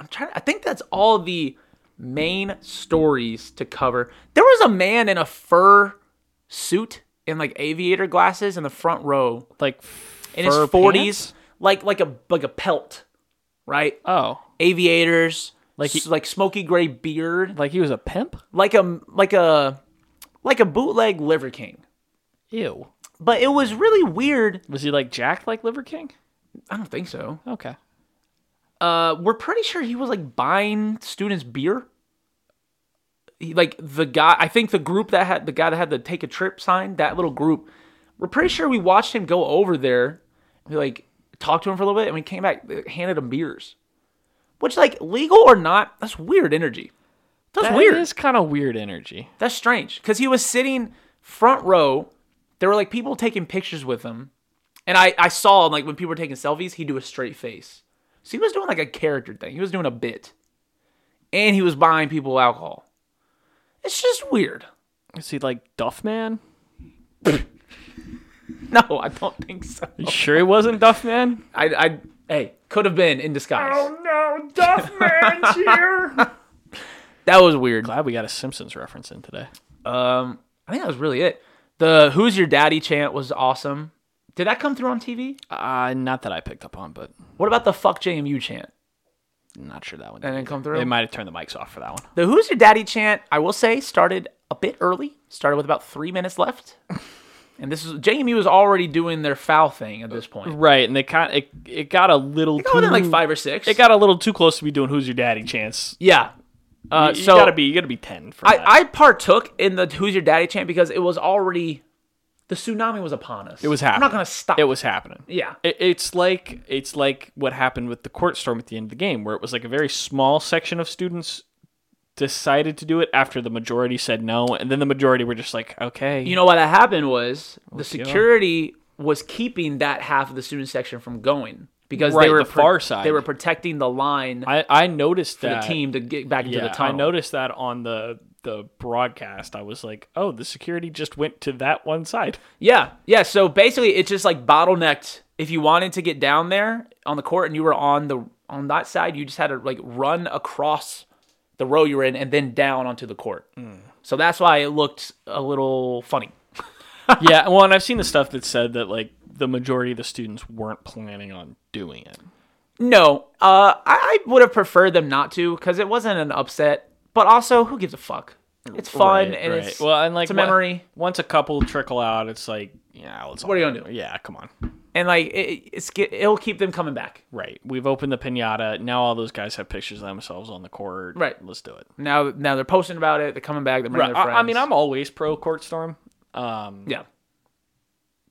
B: I'm trying I think that's all the main stories to cover. There was a man in a fur suit and like aviator glasses in the front row
A: Like
B: in
A: fur
B: his 40s,
A: pants?
B: like like a like a pelt, right?
A: Oh,
B: aviators, like
A: Like he-
B: like smoky gray beard,
A: like he was a pimp?
B: like a like a like a bootleg Liver King.
A: Ew.
B: But it was really weird.
A: Was he like jacked like Liver King?
B: I don't think so.
A: Okay.
B: Uh, we're pretty sure he was like buying students beer. He, like the guy, I think the group that had the guy that had the take a trip sign, that little group. We're pretty sure we watched him go over there. We like talked to him for a little bit, and we came back, handed him beers. Which, like, legal or not, that's weird energy. That's
A: That
B: weird.
A: is kind of weird energy.
B: That's strange because he was sitting front row. There were like people taking pictures with him, and I I saw like when people were taking selfies, he'd do a straight face. So he was doing like a character thing. He was doing a bit, and he was buying people alcohol. It's just weird.
A: Is he like Duff Man?
B: No, I don't think so.
A: You sure he wasn't Duff Man?
B: I I hey could have been in disguise.
A: no, Duff Man's here.
B: That was weird.
A: Glad we got a Simpsons reference in today.
B: Um, I think that was really it. The "Who's Your Daddy" chant was awesome. Did that come through on TV?
A: Uh, not that I picked up on, but
B: What about the "Fuck JMU" chant?
A: not sure that one.
B: That didn't come through.
A: They might have turned the mics off for that one.
B: The Who's Your Daddy chant, I will say, started a bit early. Started with about three minutes left. And this is JMU was already doing their foul thing at this point.
A: Right, and they kind it, it got a little
B: Got within like five or six.
A: It got a little too close to be doing "Who's Your Daddy" chance.
B: yeah. Uh,
A: you,
B: so
A: you gotta be you gotta be ten for that.
B: I, I partook in the Who's Your Daddy chant because it was already the tsunami was upon us. It
A: was
B: I'm not
A: happening.
B: gonna stop.
A: it was happening.
B: yeah.
A: It, it's like it's like what happened with the court storm at the end of the game, where it was like a very small section of students decided to do it after the majority said no, and then the majority were just like, okay,
B: You know why that happened was the
A: go.
B: security was keeping that half of the student section from going because they
A: Right,
B: were
A: the far side.
B: They were protecting the line
A: I I noticed
B: for the
A: that
B: team to get back into
A: Yeah,
B: the
A: I
B: tunnel.
A: noticed that on the the broadcast. I was like, oh, the security just went to that one side.
B: Yeah, yeah. So basically, it's just like bottlenecked. If you wanted to get down there on the court and you were on the on that side, you just had to like run across the row you were in and then down onto the court.
A: Hmm.
B: So that's why it looked a little funny.
A: yeah, well, and I've seen the stuff that said that like the majority of the students weren't planning on doing it.
B: No, uh, I, I would have preferred them not to because it wasn't an upset. But also, who gives a fuck? It's fun
A: Right,
B: and
A: right.
B: it's
A: well, and like
B: it's a
A: one-
B: memory.
A: once a couple trickle out, it's like yeah, let's
B: What are you gonna do?
A: Yeah, come on.
B: and like it, it's get- it'll keep them coming back.
A: Right, we've opened the pinata. Now all those guys have pictures of themselves on the court.
B: Right.
A: let's do it.
B: Now, now they're posting about it. They're coming back. They're bringing their
A: I,
B: friends.
A: I mean, I'm always pro court storm. Um,
B: yeah,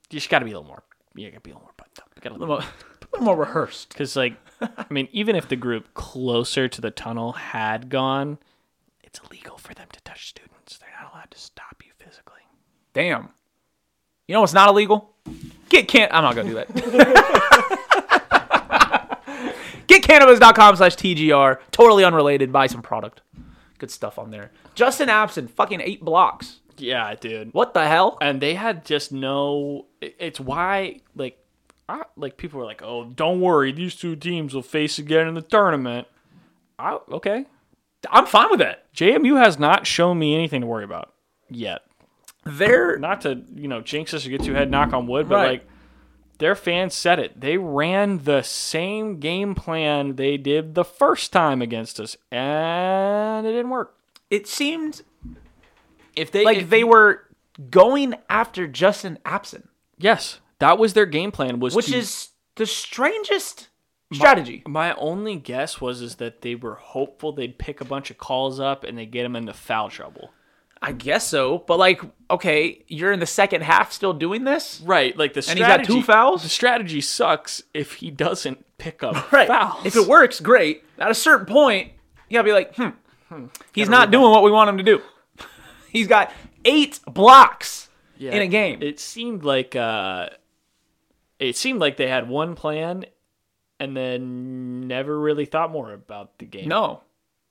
A: you just got to be a little more. You got to be a little more pumped up. You gotta-
B: a little, more- a little more rehearsed.
A: Because, like, I mean, even if the group closer to the tunnel had gone, it's illegal for them to touch students. They're not allowed to stop you physically.
B: Damn. You know what's not illegal? Get can I'm not gonna do that. Get cannabis.com slash TGR. Totally unrelated. Buy some product. Good stuff on there. Justin Abson, fucking eight blocks.
A: Yeah, dude.
B: What the hell?
A: And they had just no. it- It's why like, I, like people were like, "Oh, don't worry, these two teams will face again in the tournament." I, okay,
B: I'm fine with that.
A: JMU has not shown me anything to worry about yet.
B: They're
A: Not to you know jinx us or get too head knock on wood, but
B: Right.
A: like their fans said it. They ran the same game plan they did the first time against us, and it didn't work.
B: it seemed
A: If they
B: like they were going after Justin Abson,
A: yes, that was their game plan was
B: which
A: to
B: is the strangest strategy.
A: My only guess was is that they were hopeful they'd pick a bunch of calls up and they get them into foul trouble.
B: I guess so, but like, okay, you're in the second half still doing this?
A: Right, like the
B: And
A: strategy.
B: he's got two fouls?
A: The strategy sucks if he doesn't pick up fouls.
B: If it works, great. At a certain point, you gotta be like, hmm, he's not doing what we want him to do. he's got eight blocks
A: Yeah,
B: in a game.
A: it seemed like uh, it seemed like they had one plan and then never really thought more about the game.
B: no,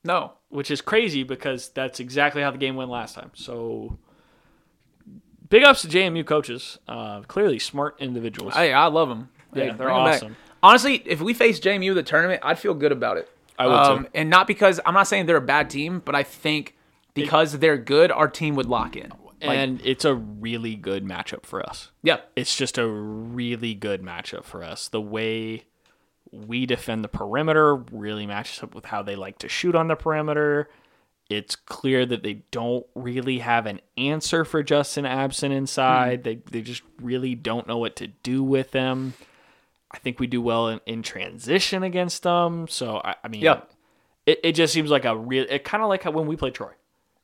B: no.
A: which is crazy because that's exactly how the game went last time. So. Big ups to JMU coaches. Uh, clearly smart individuals.
B: Hey, I love him.
A: Yeah,
B: Hey,
A: they're
B: bring 'em back.
A: awesome.
B: Honestly, if we face JMU the tournament, I'd feel good about it.
A: I
B: Um,
A: would too.
B: And not because I'm not saying they're a bad team, but I think because they're good, our team would lock in. Like,
A: and it's a really good matchup for us.
B: yeah,
A: It's just a really good matchup for us. The way we defend the perimeter really matches up with how they like to shoot on the perimeter. It's clear that they don't really have an answer for Justin Abson
B: Hmm.
A: inside. They they just really don't know what to do with them. I think we do well in, in transition against them. So I, I mean,
B: Yeah.
A: it, it just seems like a real. It kind of like how when we play Troy,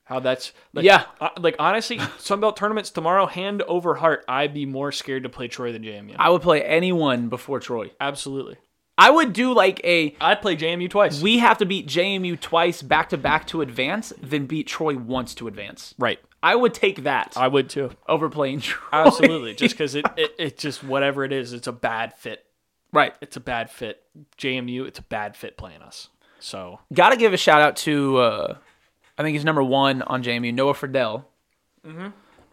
A: how that's like,
B: Yeah.
A: uh, like honestly, Sunbelt tournaments tomorrow, hand over heart, I'd be more scared to play Troy than JMU.
B: I would play anyone before Troy.
A: Absolutely,
B: I would do like a
A: I'd play JMU twice.
B: we have to beat JMU twice back to back to advance, then beat Troy once to advance.
A: right,
B: I would take that
A: I would too.
B: over playing Troy.
A: Absolutely, just because it, it it just whatever it is, it's a bad fit.
B: right.
A: It's a bad fit. JMU, it's a bad fit playing us. So
B: Got to give a shout out to, uh, I think he's number one on JMU, Noah Friedel,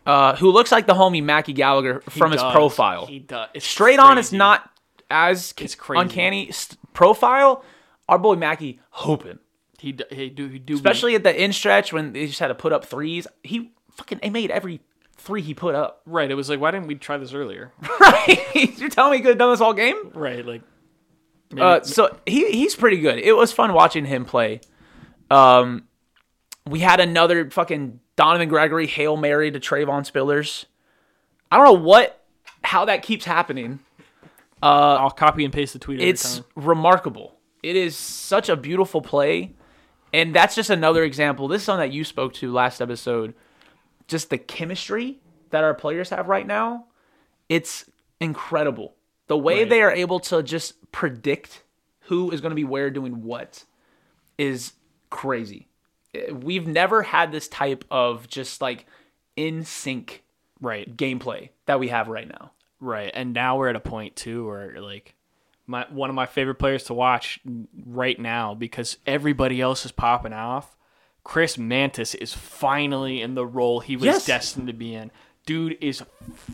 B: uh, who looks like the homie Mackie Gallagher from his
A: Mm-hmm. does.
B: profile.
A: he does it's
B: Straight on, it's
A: crazy.
B: not as
A: It's crazy.
B: uncanny. S- profile, our boy Mackie hoping,
A: He do, he do, he do be-
B: especially at the end stretch when they just had to put up threes. He fucking he made every three he put up.
A: right. It was like, why didn't we try this earlier?
B: Right? You're telling me he could have done this all game?
A: Right, like
B: Uh, so he he's pretty good. It was fun watching him play. Um, we had another fucking Donovan Gregory hail mary to Trayvon Spillers. I don't know what how that keeps happening.
A: I'll copy and paste the tweet. Every
B: Uh, It's
A: time.
B: remarkable. It is such a beautiful play, and that's just another example. This is something that you spoke to last episode. Just the chemistry that our players have right now, it's incredible. The way
A: Right.
B: they are able to just predict who is going to be where doing what is crazy. Eh, We've never had this type of just like in sync
A: right.
B: gameplay that we have right now.
A: Right, and now we're at a point too where like my one of my favorite players to watch right now because everybody else is popping off. Chris Mantis is finally in the role he was
B: Yes.
A: destined to be in. Dude is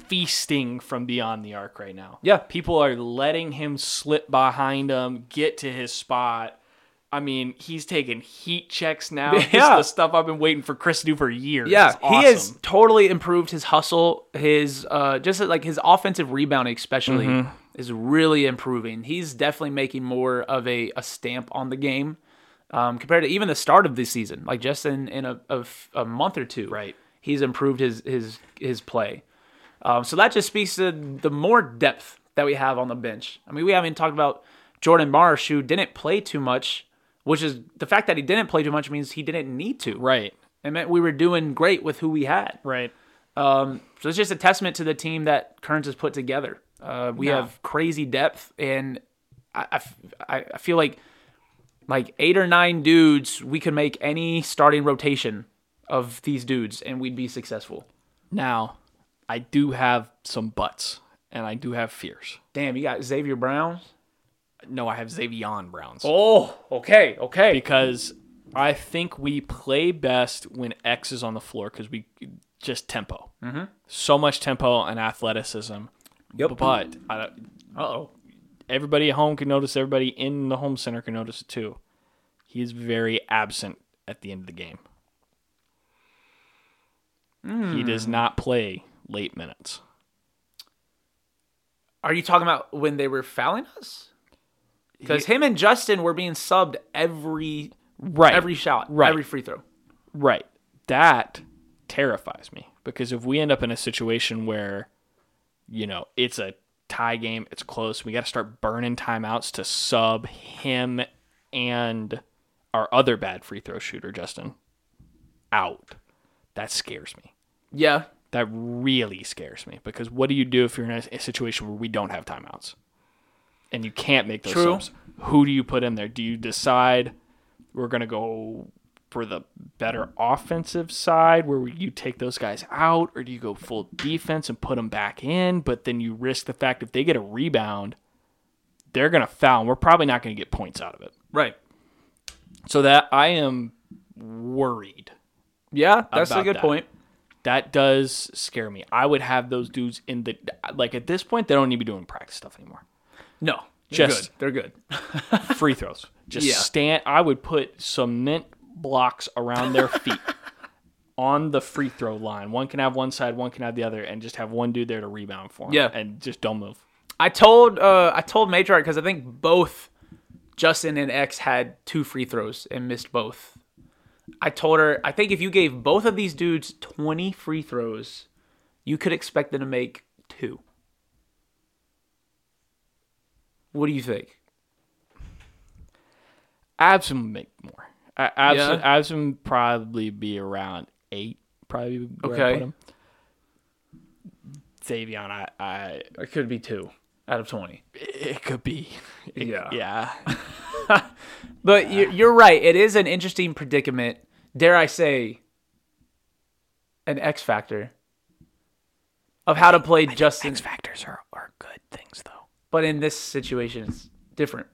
A: feasting from beyond the arc right now.
B: Yeah.
A: people are letting him slip behind him, get to his spot. I mean, he's taking heat checks now. This is
B: Yeah.
A: the stuff I've been waiting for Chris to do for years.
B: Yeah,
A: It's
B: he has
A: awesome.
B: totally improved his hustle, his uh, just like his offensive rebounding, especially,
A: Mm-hmm.
B: is really improving. He's definitely making more of a, a stamp on the game um, compared to even the start of this season. Like just in, in a, a f- a month or two,
A: Right.
B: He's improved his his his play. Um, so that just speaks to the more depth that we have on the bench. I mean, we haven't talked about Jordan Marsh, who didn't play too much, which is the fact that he didn't play too much means he didn't need to.
A: right,
B: It meant we were doing great with who we had.
A: right.
B: Um, so it's just a testament to the team that Kearns has put together. Uh, we
A: Yeah.
B: have crazy depth, and I- I, f- I- I feel like like eight or nine dudes, we could make any starting rotation of these dudes, and we'd be successful.
A: Now, I do have some buts and I do have fears.
B: Damn, you got Xavier Brown.
A: No, I have Xavion Browns
B: Oh, okay, okay.
A: because I think we play best when X is on the floor because we just tempo. Mm-hmm. So much tempo and athleticism.
B: Yep.
A: But I,
B: Uh oh.
A: everybody at home can notice. Everybody in the home center can notice it too. He is very absent at the end of the game. He does not play late minutes.
B: Are you talking about when they were fouling us? Because him and Justin were being subbed every
A: Right.
B: every shot,
A: Right.
B: every free throw.
A: Right. That terrifies me because if we end up in a situation where, you know, it's a tie game, it's close, we got to start burning timeouts to sub him and our other bad free throw shooter, Justin, out. That scares me.
B: Yeah.
A: That really scares me because what do you do if you're in a, a situation where we don't have timeouts and you can't make those
B: True.
A: subs? Who do you put in there? Do you decide we're going to go for the better offensive side where you take those guys out or do you go full defense and put them back in? But then you risk the fact if they get a rebound, they're going to foul and we're probably not going to get points out of it.
B: Right.
A: So that I am worried
B: Yeah, that's a
A: About
B: good
A: that.
B: point.
A: that does scare me. I would have those dudes in the like at this point they don't need to be doing practice stuff anymore.
B: No. They're
A: Just-
B: good. They're good.
A: Free throws. Just
B: Yeah.
A: stand I would put cement blocks around their feet on the free throw line. One can have one side, one can have the other and just have one dude there to rebound for 'em.
B: Yeah.
A: and just don't move.
B: I told uh I told Matriarch because I think both Justin and X had two free throws and missed both. I told her I think if you gave both of these dudes twenty free throws, you could expect them to make two. What do you think?
A: Absam would make more. A- Absam,
B: Yeah.
A: Absam would probably be around eight, probably where I
B: Okay.
A: put him. Savion, I, I
B: It could be two out of twenty.
A: it could be. It-
B: Yeah.
A: Yeah.
B: But you're, you're right. It is an interesting predicament. Dare I say, an X factor of how to play Justin.
A: factors are, are good things though.
B: But in this situation, it's different.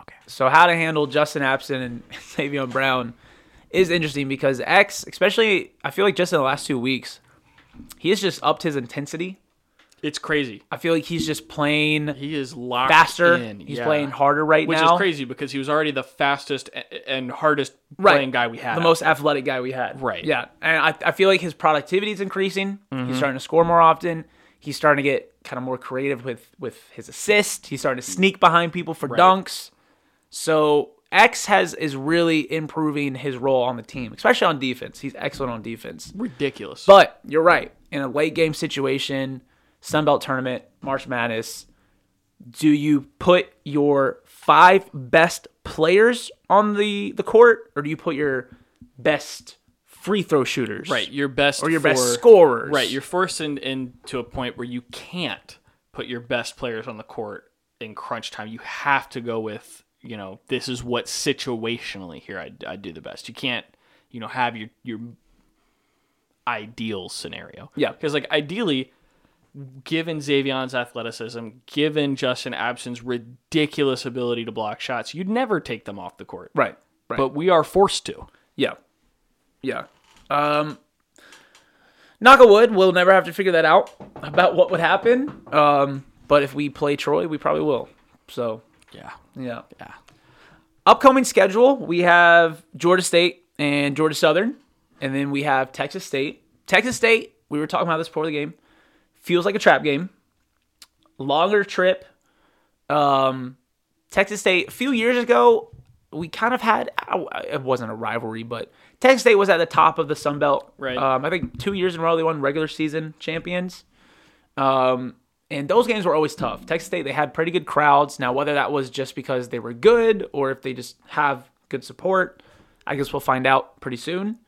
A: Okay.
B: So how to handle Justin Abson and Savion Brown is interesting because X, especially, I feel like just in the last two weeks, he has just upped his intensity.
A: It's crazy.
B: I feel like he's just playing
A: He is locked
B: faster.
A: in,
B: He's
A: yeah.
B: playing harder right
A: which
B: now.
A: is crazy because he was already the fastest a- and hardest
B: Right.
A: playing guy we had.
B: the most athletic guy we had.
A: Right. Mm-hmm.
B: Yeah. And I, I feel like his productivity is increasing. He's starting to score more often. He's starting to get kind of more creative with with his assist. He's starting to sneak behind people for dunks. So X has is really improving his role on the team, especially on defense. He's excellent on defense.
A: ridiculous.
B: But you're right. In a late game situation, Sunbelt tournament, March Madness, do you put your five best players on the the court or do you put your best free throw shooters?
A: right, your best
B: Or your
A: for-
B: best scorers.
A: Right, you're forced in, in to a point where you can't put your best players on the court in crunch time. You have to go with you know this is what situationally here I, I do the best. You can't you know have your your ideal scenario.
B: Yeah.
A: because like ideally, given Xavion's athleticism, given Justin Abson's ridiculous ability to block shots, you'd never take them off the court.
B: Right. Right.
A: But we are forced to.
B: yeah. Yeah. Um Knock a wood, we'll never have to figure that out about what would happen. Um, but if we play Troy, we probably will. So
A: Yeah.
B: Yeah.
A: Yeah.
B: Upcoming schedule, we have Georgia State and Georgia Southern, and then we have Texas State. Texas State, we were talking about this before the game. Feels like a trap game. Longer trip. Um Texas State a few years ago, we kind of had I- it wasn't a rivalry, but Texas State was at the top of the Sun Belt.
A: Right.
B: Um, I think 2 years in a row they won regular season champions. Um, and those games were always tough. Texas State, they had pretty good crowds. Now, whether that was just because they were good or if they just have good support, I guess we'll find out pretty soon.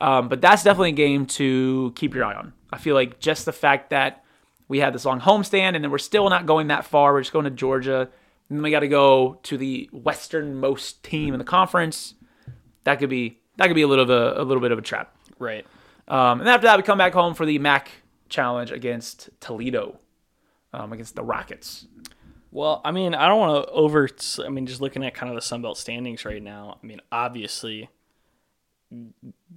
B: Um, but that's definitely a game to keep your eye on. I feel like just the fact that we had this long homestand and then we're still not going that far. We're just going to Georgia. And then we got to go to the westernmost team in the conference. That could be that could be a little bit a little bit of a trap.
A: Right.
B: Um, and then after that, we come back home for the MAC challenge against Toledo, um, against the Rockets.
A: Well, I mean, I don't want to over. I mean, just looking at kind of the Sun Belt standings right now. I mean, obviously,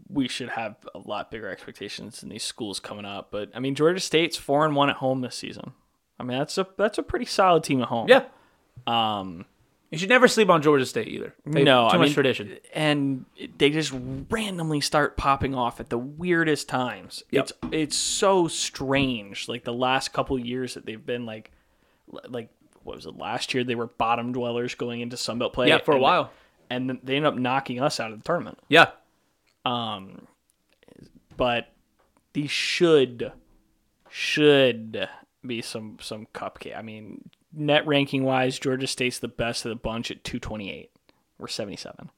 A: we should have a lot bigger expectations in these schools coming up. But I mean, Georgia State's four and one at home this season. I mean, that's a that's a pretty solid team at home.
B: Yeah,
A: Um.
B: you should never sleep on Georgia State either. They-
A: no,
B: too
A: I
B: much
A: mean,
B: tradition.
A: and they just randomly start popping off at the weirdest times.
B: Yep.
A: It's it's so strange. Like the last couple years that they've been like, like what was it last year? They were bottom dwellers going into Sunbelt play.
B: Yeah, for a
A: and-
B: while.
A: and then they end up knocking us out of the tournament.
B: Yeah,
A: But these should should be some some cupcake. I mean, net ranking wise, Georgia State's the best of the bunch at 228. We're 77.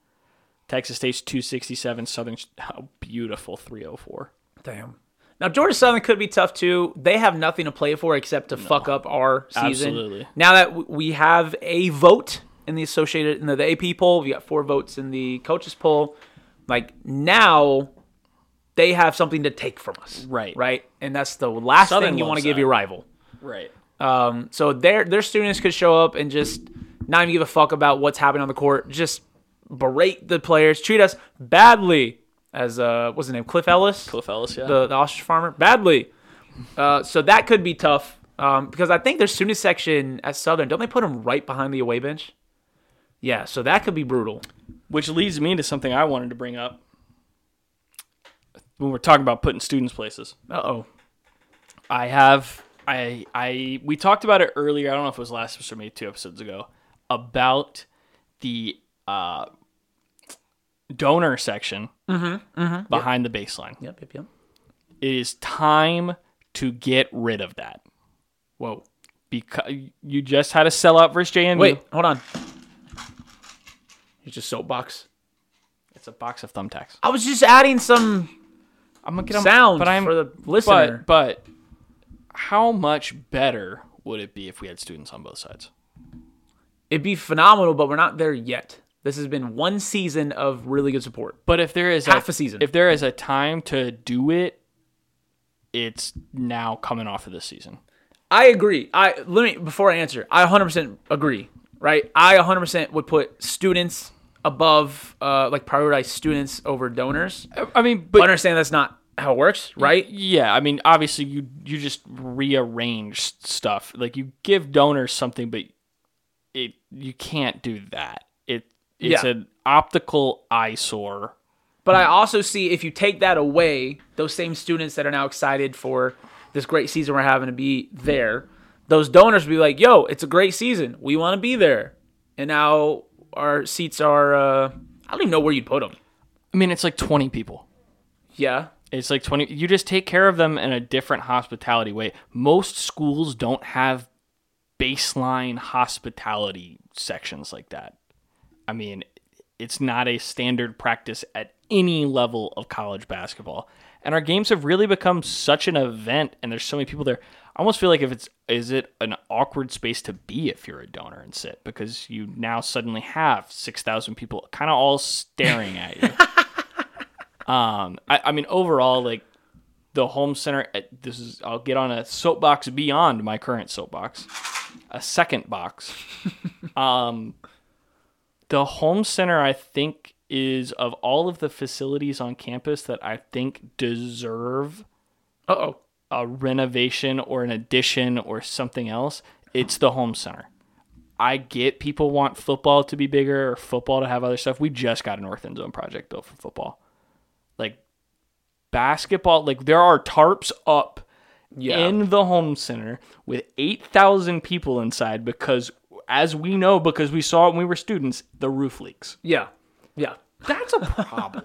A: Texas State's 267. Southern, how beautiful 304.
B: damn. Now Georgia Southern could be tough too. They have nothing to play for except to fuck up our season.
A: Absolutely.
B: Now that w- we have a vote in the associated in the, the AP poll, we got four votes in the coaches poll. Like now, they have something to take from us.
A: Right.
B: Right. And that's the last
A: Southern
B: thing you want to
A: loves
B: give
A: that.
B: your rival.
A: Right.
B: Um, so their their students could show up and just not even give a fuck about what's happening on the court. Just berate the players, treat us badly. As uh, what's his name, Cliff Ellis,
A: Cliff Ellis, yeah.
B: the, the ostrich farmer, badly. Uh, so that could be tough um, because I think their student section at Southern don't they put them right behind the away bench? Yeah, so that could be brutal.
A: Which leads me to something I wanted to bring up when we're talking about putting students places.
B: Uh oh.
A: I have I I we talked about it earlier. I don't know if it was last episode, maybe two episodes ago, about the uh, donor section
B: Mm-hmm,
A: behind the baseline.
B: Yep, yep, yep.
A: It is time to get rid of that
B: Whoa.
A: because you just had a sellout versus JMU.
B: Wait, hold on. It's just soapbox.
A: it's a box of thumbtacks.
B: I was just adding some
A: I'm gonna get 'em-
B: sound
A: but I'm
B: for the listener.
A: but but how much better would it be if we had students on both sides?
B: it'd be phenomenal, but we're not there yet. This has been one season of really good support.
A: But if there is
B: Half
A: a,
B: a season.
A: if there is a time to do it, it's now coming off of this season.
B: I agree. I let me before I answer. I 100% agree. Right? I 100% would put students above, uh, like prioritize students over donors. But,
A: I- I mean,
B: I
A: but
B: understand that's not how it works, right?
A: uh, yeah, I mean, obviously you you just rearrange s- stuff. Like you give donors something, but it you can't do that. It it's
B: Yeah.
A: an optical eyesore.
B: But I also see if you take that away, those same students that are now excited for this great season we're having to be there, those donors would be like, "Yo, it's a great season. We want to be there." And now our seats are uh, I don't even know where you'd put them.
A: I mean, it's like twenty people.
B: Yeah.
A: It's like 20 you just take care of them in a different hospitality way. Most schools don't have baseline hospitality sections like that. I mean, it's not a standard practice at any level of college basketball. And our games have really become such an event and there's so many people there. I almost feel like if it's is it an awkward space to be if you're a donor and sit because you now suddenly have 6,000 people kind of all staring at you. Um, I, I mean, overall, like the home center. uh, This is I'll get on a soapbox beyond my current soapbox, a second box. um, the home center, I think, is of all of the facilities on campus that I think deserve
B: Uh oh.
A: a renovation or an addition or something else, it's the home center. I get people want football to be bigger or football to have other stuff. We just got a North End Zone project built for football. Like basketball, like there are tarps up
B: Yeah.
A: in the home center with 8,000 people inside because, as we know, because we saw it when we were students, the roof leaks.
B: yeah. Yeah.
A: That's a problem.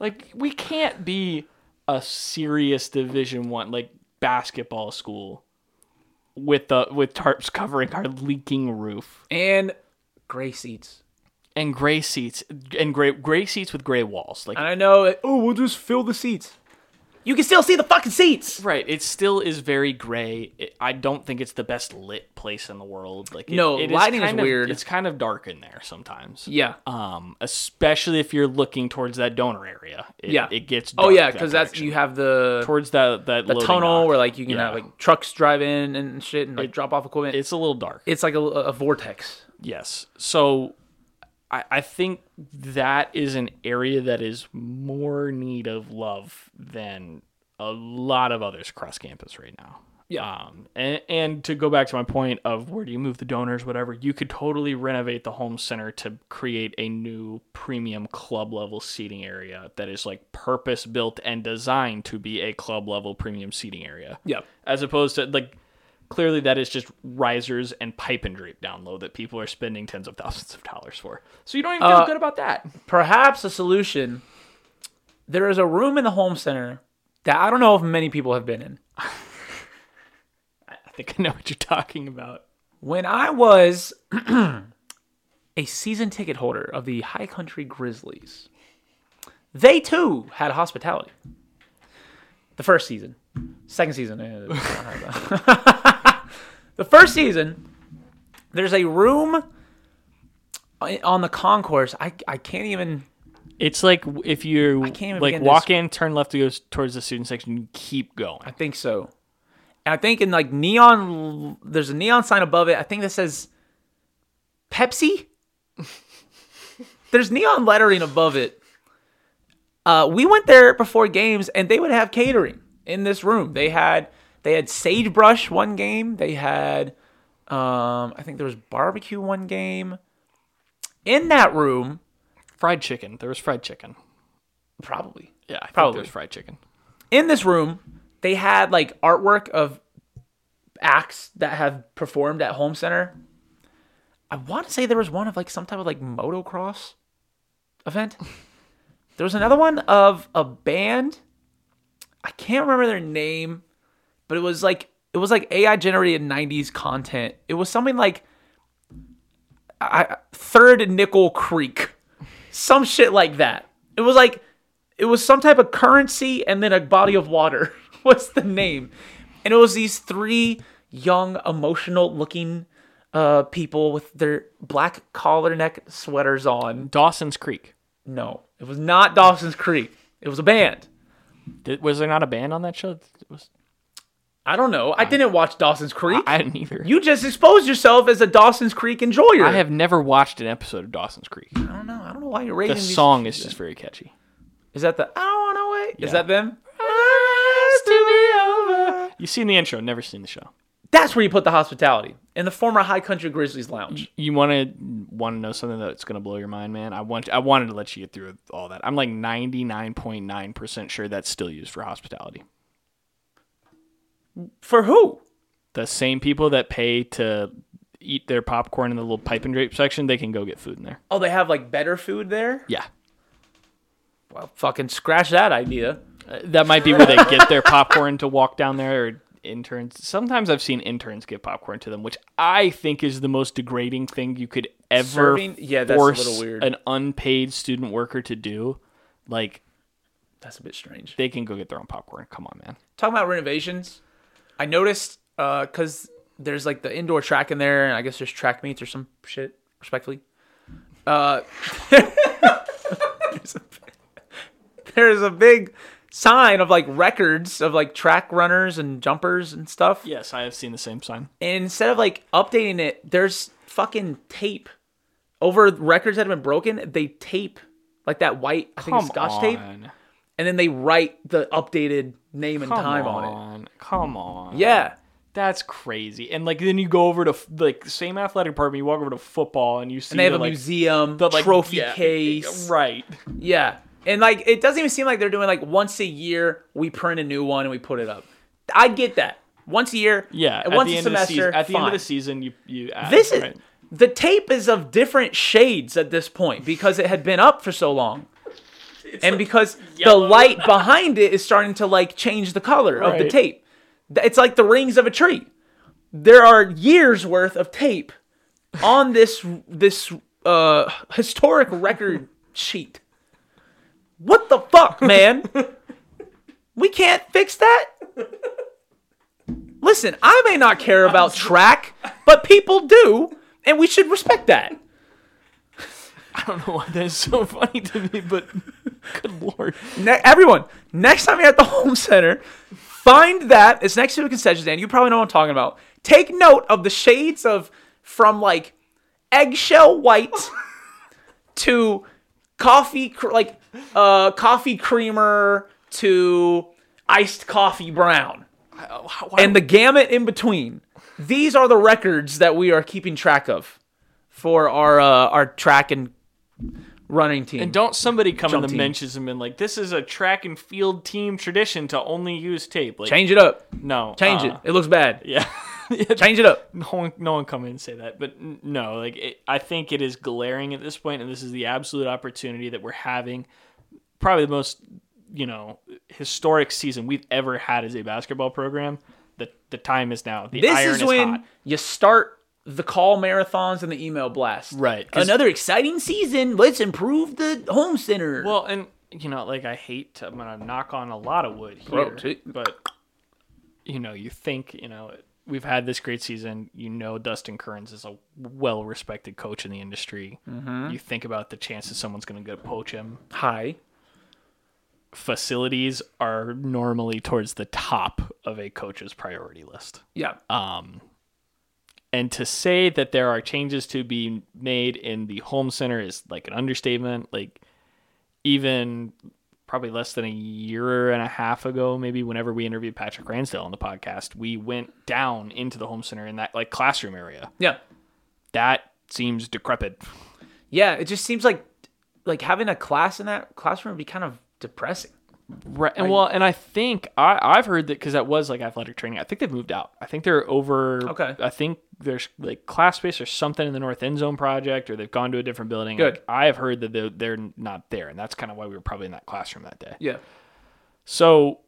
A: like we can't be a serious Division One like basketball school with the with tarps covering our leaking roof
B: And gray seats.
A: and gray seats and gray gray seats with gray walls. Like
B: And I know. it- Oh, we'll just fill the seats. You can still see the fucking seats.
A: Right. It still is very gray. It, I don't think it's the best lit place in the world. Like it,
B: No,
A: it
B: lighting is
A: kind of-
B: weird.
A: It's kind of dark in there sometimes.
B: Yeah.
A: Um, especially if you're looking towards that donor area. It,
B: Yeah.
A: It gets. Dark
B: Oh yeah,
A: that
B: because that's
A: direction.
B: you have the
A: towards that that
B: the tunnel where like you can
A: Yeah.
B: have like trucks drive in and shit and like drop off equipment. It's,
A: it's a little dark.
B: like a, a vortex.
A: Yes. So I, I think that is an area that is more need of love than a lot of others across campus right now.
B: Yeah.
A: Um, and, and to go back to my point of where do you move the donors, whatever, you could totally renovate the home center to create a new premium club level seating area that is like purpose built and designed to be a club level premium seating area
B: Yeah.
A: as opposed to like clearly that is just risers and pipe and drape down low that people are spending tens of thousands of dollars for. So you don't even feel
B: Uh,
A: good about that.
B: Perhaps a solution. There is a room in the home center that I don't know if many people have been in.
A: I think I know what you're talking about.
B: When I was a season ticket holder of the High Country Grizzlies, they too had hospitality. The first season, second season. eh, I don't know. the first season, there's a room i- on the concourse. I, I can't even.
A: It's like if you
B: can't even
A: like
B: begin to
A: walk in, turn left to go s- towards the student section, you keep
B: I
A: going.
B: think so. And I think in like neon, there's a neon sign above it. I think that says Pepsi. there's neon lettering above it. Uh, we went there before games, and they would have catering in this room. They had they had sagebrush one game. They had um, I think there was barbecue one game. In that room,
A: Fried chicken. There was fried chicken.
B: probably
A: Yeah, I think
B: Probably.
A: there was fried chicken.
B: in this room they had like artwork of acts that have performed at home center i want to say there was one of like some type of like motocross event there was another one of a band i can't remember their name but it was like it was like ai generated 90s content it was something like I, I- third nickel creek some shit like that it was like it was some type of currency and then a body of water. What's the name? And it was these three young, emotional looking uh, people with their black collar neck sweaters on.
A: Dawson's Creek.
B: No, it was not Dawson's Creek. It was a band.
A: Did, was there not a band on that show? It was,
B: I don't know. I didn't watch Dawson's Creek.
A: I didn't either.
B: you just exposed yourself as a Dawson's Creek enjoyer.
A: I have never watched an episode of Dawson's Creek.
B: I don't know. I don't know why you're raising
A: The
B: these-
A: song is just very catchy.
B: Is that the I don't wanna wait? Is
A: Yeah.
B: that them?
A: You've seen the intro, never seen the show.
B: That's where you put the hospitality in the former High Country Grizzlies Lounge.
A: You want to want to know something that's going to blow your mind, man? I want I wanted to let you get through all that. I'm like 99.9% sure that's still used for hospitality.
B: For who?
A: The same people that pay to eat their popcorn in the little pipe and drape section, they can go get food in there.
B: Oh, they have like better food there?
A: Yeah.
B: Well, fucking scratch that idea.
A: Uh, That might be where they get their popcorn to walk down there or interns. Sometimes I've seen interns get popcorn to them, which I think is the most degrading thing you could ever
B: Serving- yeah, that's a
A: force
B: little weird.
A: an unpaid student worker to do. Like
B: That's a bit strange.
A: they can go get their own popcorn. Come on, man.
B: Talking about renovations, I noticed uh cuz there's like the indoor track in there and I guess there's track meets or some shit, respectfully. Uh there's, a, there's a big sign of like records of like track runners and jumpers and stuff.
A: Yes, I have seen the same sign.
B: And instead of like updating it, there's fucking tape over records that have been broken. They tape like that white, I think it's scotch tape, and then they write the updated name and
A: Come
B: time
A: on.
B: on. it.
A: Come on.
B: Yeah,
A: That's crazy. And like then you go over to f- like same athletic department, you walk over to football and you see
B: and they have
A: the,
B: a
A: like,
B: museum,
A: the, like,
B: trophy
A: yeah,
B: case.
A: Right.
B: Yeah, and like it doesn't even seem like they're doing like once a year we print a new one and we put it up. I get that once a year.
A: Yeah.
B: and
A: at
B: once
A: the
B: a
A: end of the
B: semester.
A: season, at the end
B: fine.
A: of the season you you add,
B: This is
A: right?
B: the tape is of different shades at this point because it had been up for so long. and because the
A: yellow.
B: light behind it is starting to like change the color of the
A: Right.
B: tape. Th- It's like the rings of a tree. There are years worth of tape on this this uh historic record sheet. What the fuck, man? We can't fix that. Listen, I may not care about track, but people do, and we should respect that.
A: I don't know why that's so funny to me, but good lord.
B: Ne- everyone, next time you're at the home center, find that it's next to a concession stand. You probably know what I'm talking about. Take note of the shades of from like eggshell white to coffee, cr- like uh, coffee creamer to iced coffee brown, and the gamut in between. These are the records that we are keeping track of for our uh, our track and running team.
A: And don't somebody come in
B: Jump
A: the
B: team.
A: mentions and been like, this is a track and field team tradition to only use tape. Like,
B: change it up.
A: no.
B: Change
A: uh-uh.
B: it. It looks bad.
A: Yeah. Yeah,
B: Change it up.
A: no one, no one come in and say that, but n- no, like it, I think it is glaring at this point, and this is the absolute opportunity that we're having. Probably the most, you know, historic season we've ever had as a basketball program. The the time is now. The
B: This
A: iron
B: is when
A: hot.
B: you start the call marathons and the email blast.
A: Right, 'cause-
B: Another exciting season. Let's improve the home center.
A: Well, and you know, like I hate to, I'm gonna knock on a lot of wood here,
B: Bro, t-
A: but you know, you think you know we've had this great season. You know, Dustin Kearns is a well-respected coach in the industry.
B: Mm-hmm.
A: You think about the chances someone's gonna go poach him.
B: Hi.
A: Facilities are normally towards the top of a coach's priority list.
B: Yeah.
A: And to say that there are changes to be made in the home center is like an understatement. Like even probably less than a year and a half ago, maybe whenever we interviewed Patrick Ransdale on the podcast, we went down into the home center in that like classroom area.
B: yeah.
A: That seems decrepit.
B: Yeah. It just seems like like having a class in that classroom would be kind of depressing.
A: Right. And well, and I think I, I've heard that because that was like athletic training. I think they've moved out. I think they're over.
B: Okay.
A: I think there's like class space or something in the North End Zone project, or they've gone to a different building.
B: Good.
A: Like, I've heard that they're, they're not there. And that's kind of why we were probably in that classroom that day.
B: Yeah.
A: So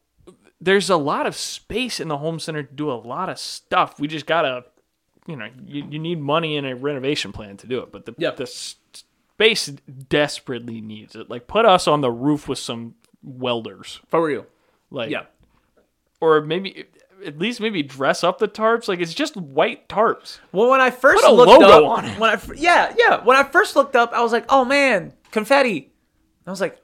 A: there's a lot of space in the home center to do a lot of stuff. We just gotta, you know, you, you need money and a renovation plan to do it. But the
B: Yeah.
A: the s- space desperately needs it. Like put us on the roof with some welders,
B: For real.
A: like,
B: Yeah.
A: or maybe at least maybe dress up the tarps. Like it's just white tarps.
B: Well, when I first
A: Put a
B: looked
A: logo
B: up,
A: on it.
B: when I fir- yeah yeah when I first looked up, I was like, oh man, confetti. And I was like,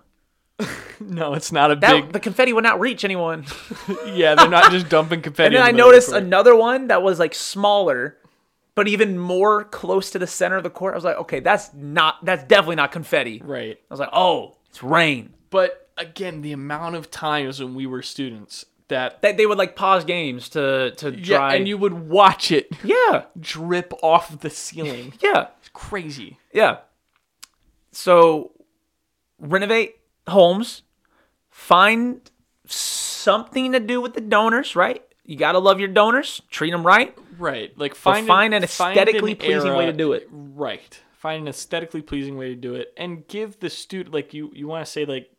A: No, it's not a
B: that
A: big.
B: the confetti would not reach anyone.
A: yeah, they're not just dumping confetti.
B: And then I noticed another one that was like smaller, but even more close to the center of the court. I was like, okay, that's not, that's definitely not confetti. I
A: right.
B: was like, oh, it's rain.
A: But again, the amount of times when we were students that.
B: That they would like pause games to to
A: Yeah,
B: dry.
A: and you would watch it
B: yeah,
A: drip off the ceiling.
B: yeah,
A: It's crazy.
B: yeah. So, renovate homes, find something to do with the donors, right? You gotta love your donors, treat them right.
A: Right. Like find
B: find an aesthetically pleasing way to do it.
A: Right. Find an aesthetically pleasing way to do it and give the student like you you want to say like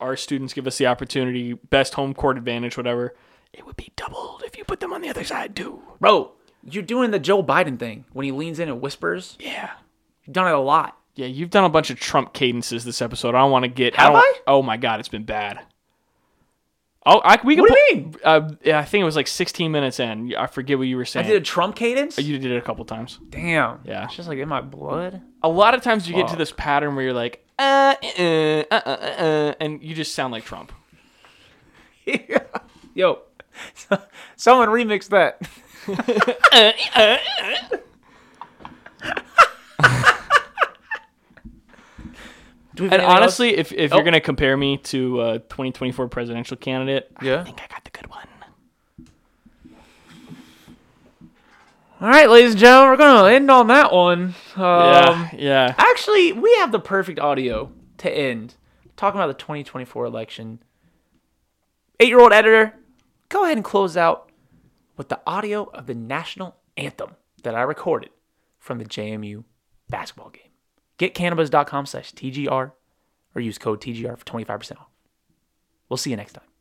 A: our students give us the opportunity best home court advantage whatever. It would be doubled if you put them on the other side too.
B: Bro, you're doing the Joe Biden thing when he leans in and whispers.
A: Yeah.
B: You've done it a lot.
A: Yeah, you've done a bunch of Trump cadences this episode. I don't want to get.
B: Have
A: I, don't,
B: I?
A: Oh my god, it's been bad. Oh, I, we can.
B: What do you
A: put-
B: mean?
A: Uh, yeah, I think it was like 16 minutes in. I forget what you were saying.
B: Did a Trump cadence?
A: you did it a couple times.
B: Damn.
A: Yeah.
B: It's just like in my blood.
A: a lot of times you get to this pattern where you're like, uh, uh, uh, uh, uh, uh, and you just sound like Trump.
B: Yo, someone remixed that.
A: And honestly, if, if you're gonna compare me to a 2024 presidential candidate, I
B: yeah.
A: think I got the good one.
B: All right, ladies and gentlemen, we're gonna end on that one. Um,
A: Yeah, yeah.
B: Actually, we have the perfect audio to end talking about the 2024 election. Eight-year-old editor, go ahead and close out with the audio of the national anthem that I recorded from the JMU basketball game. Get cannabis.com slash TGR or use code TGR for 25% off. We'll see you next time.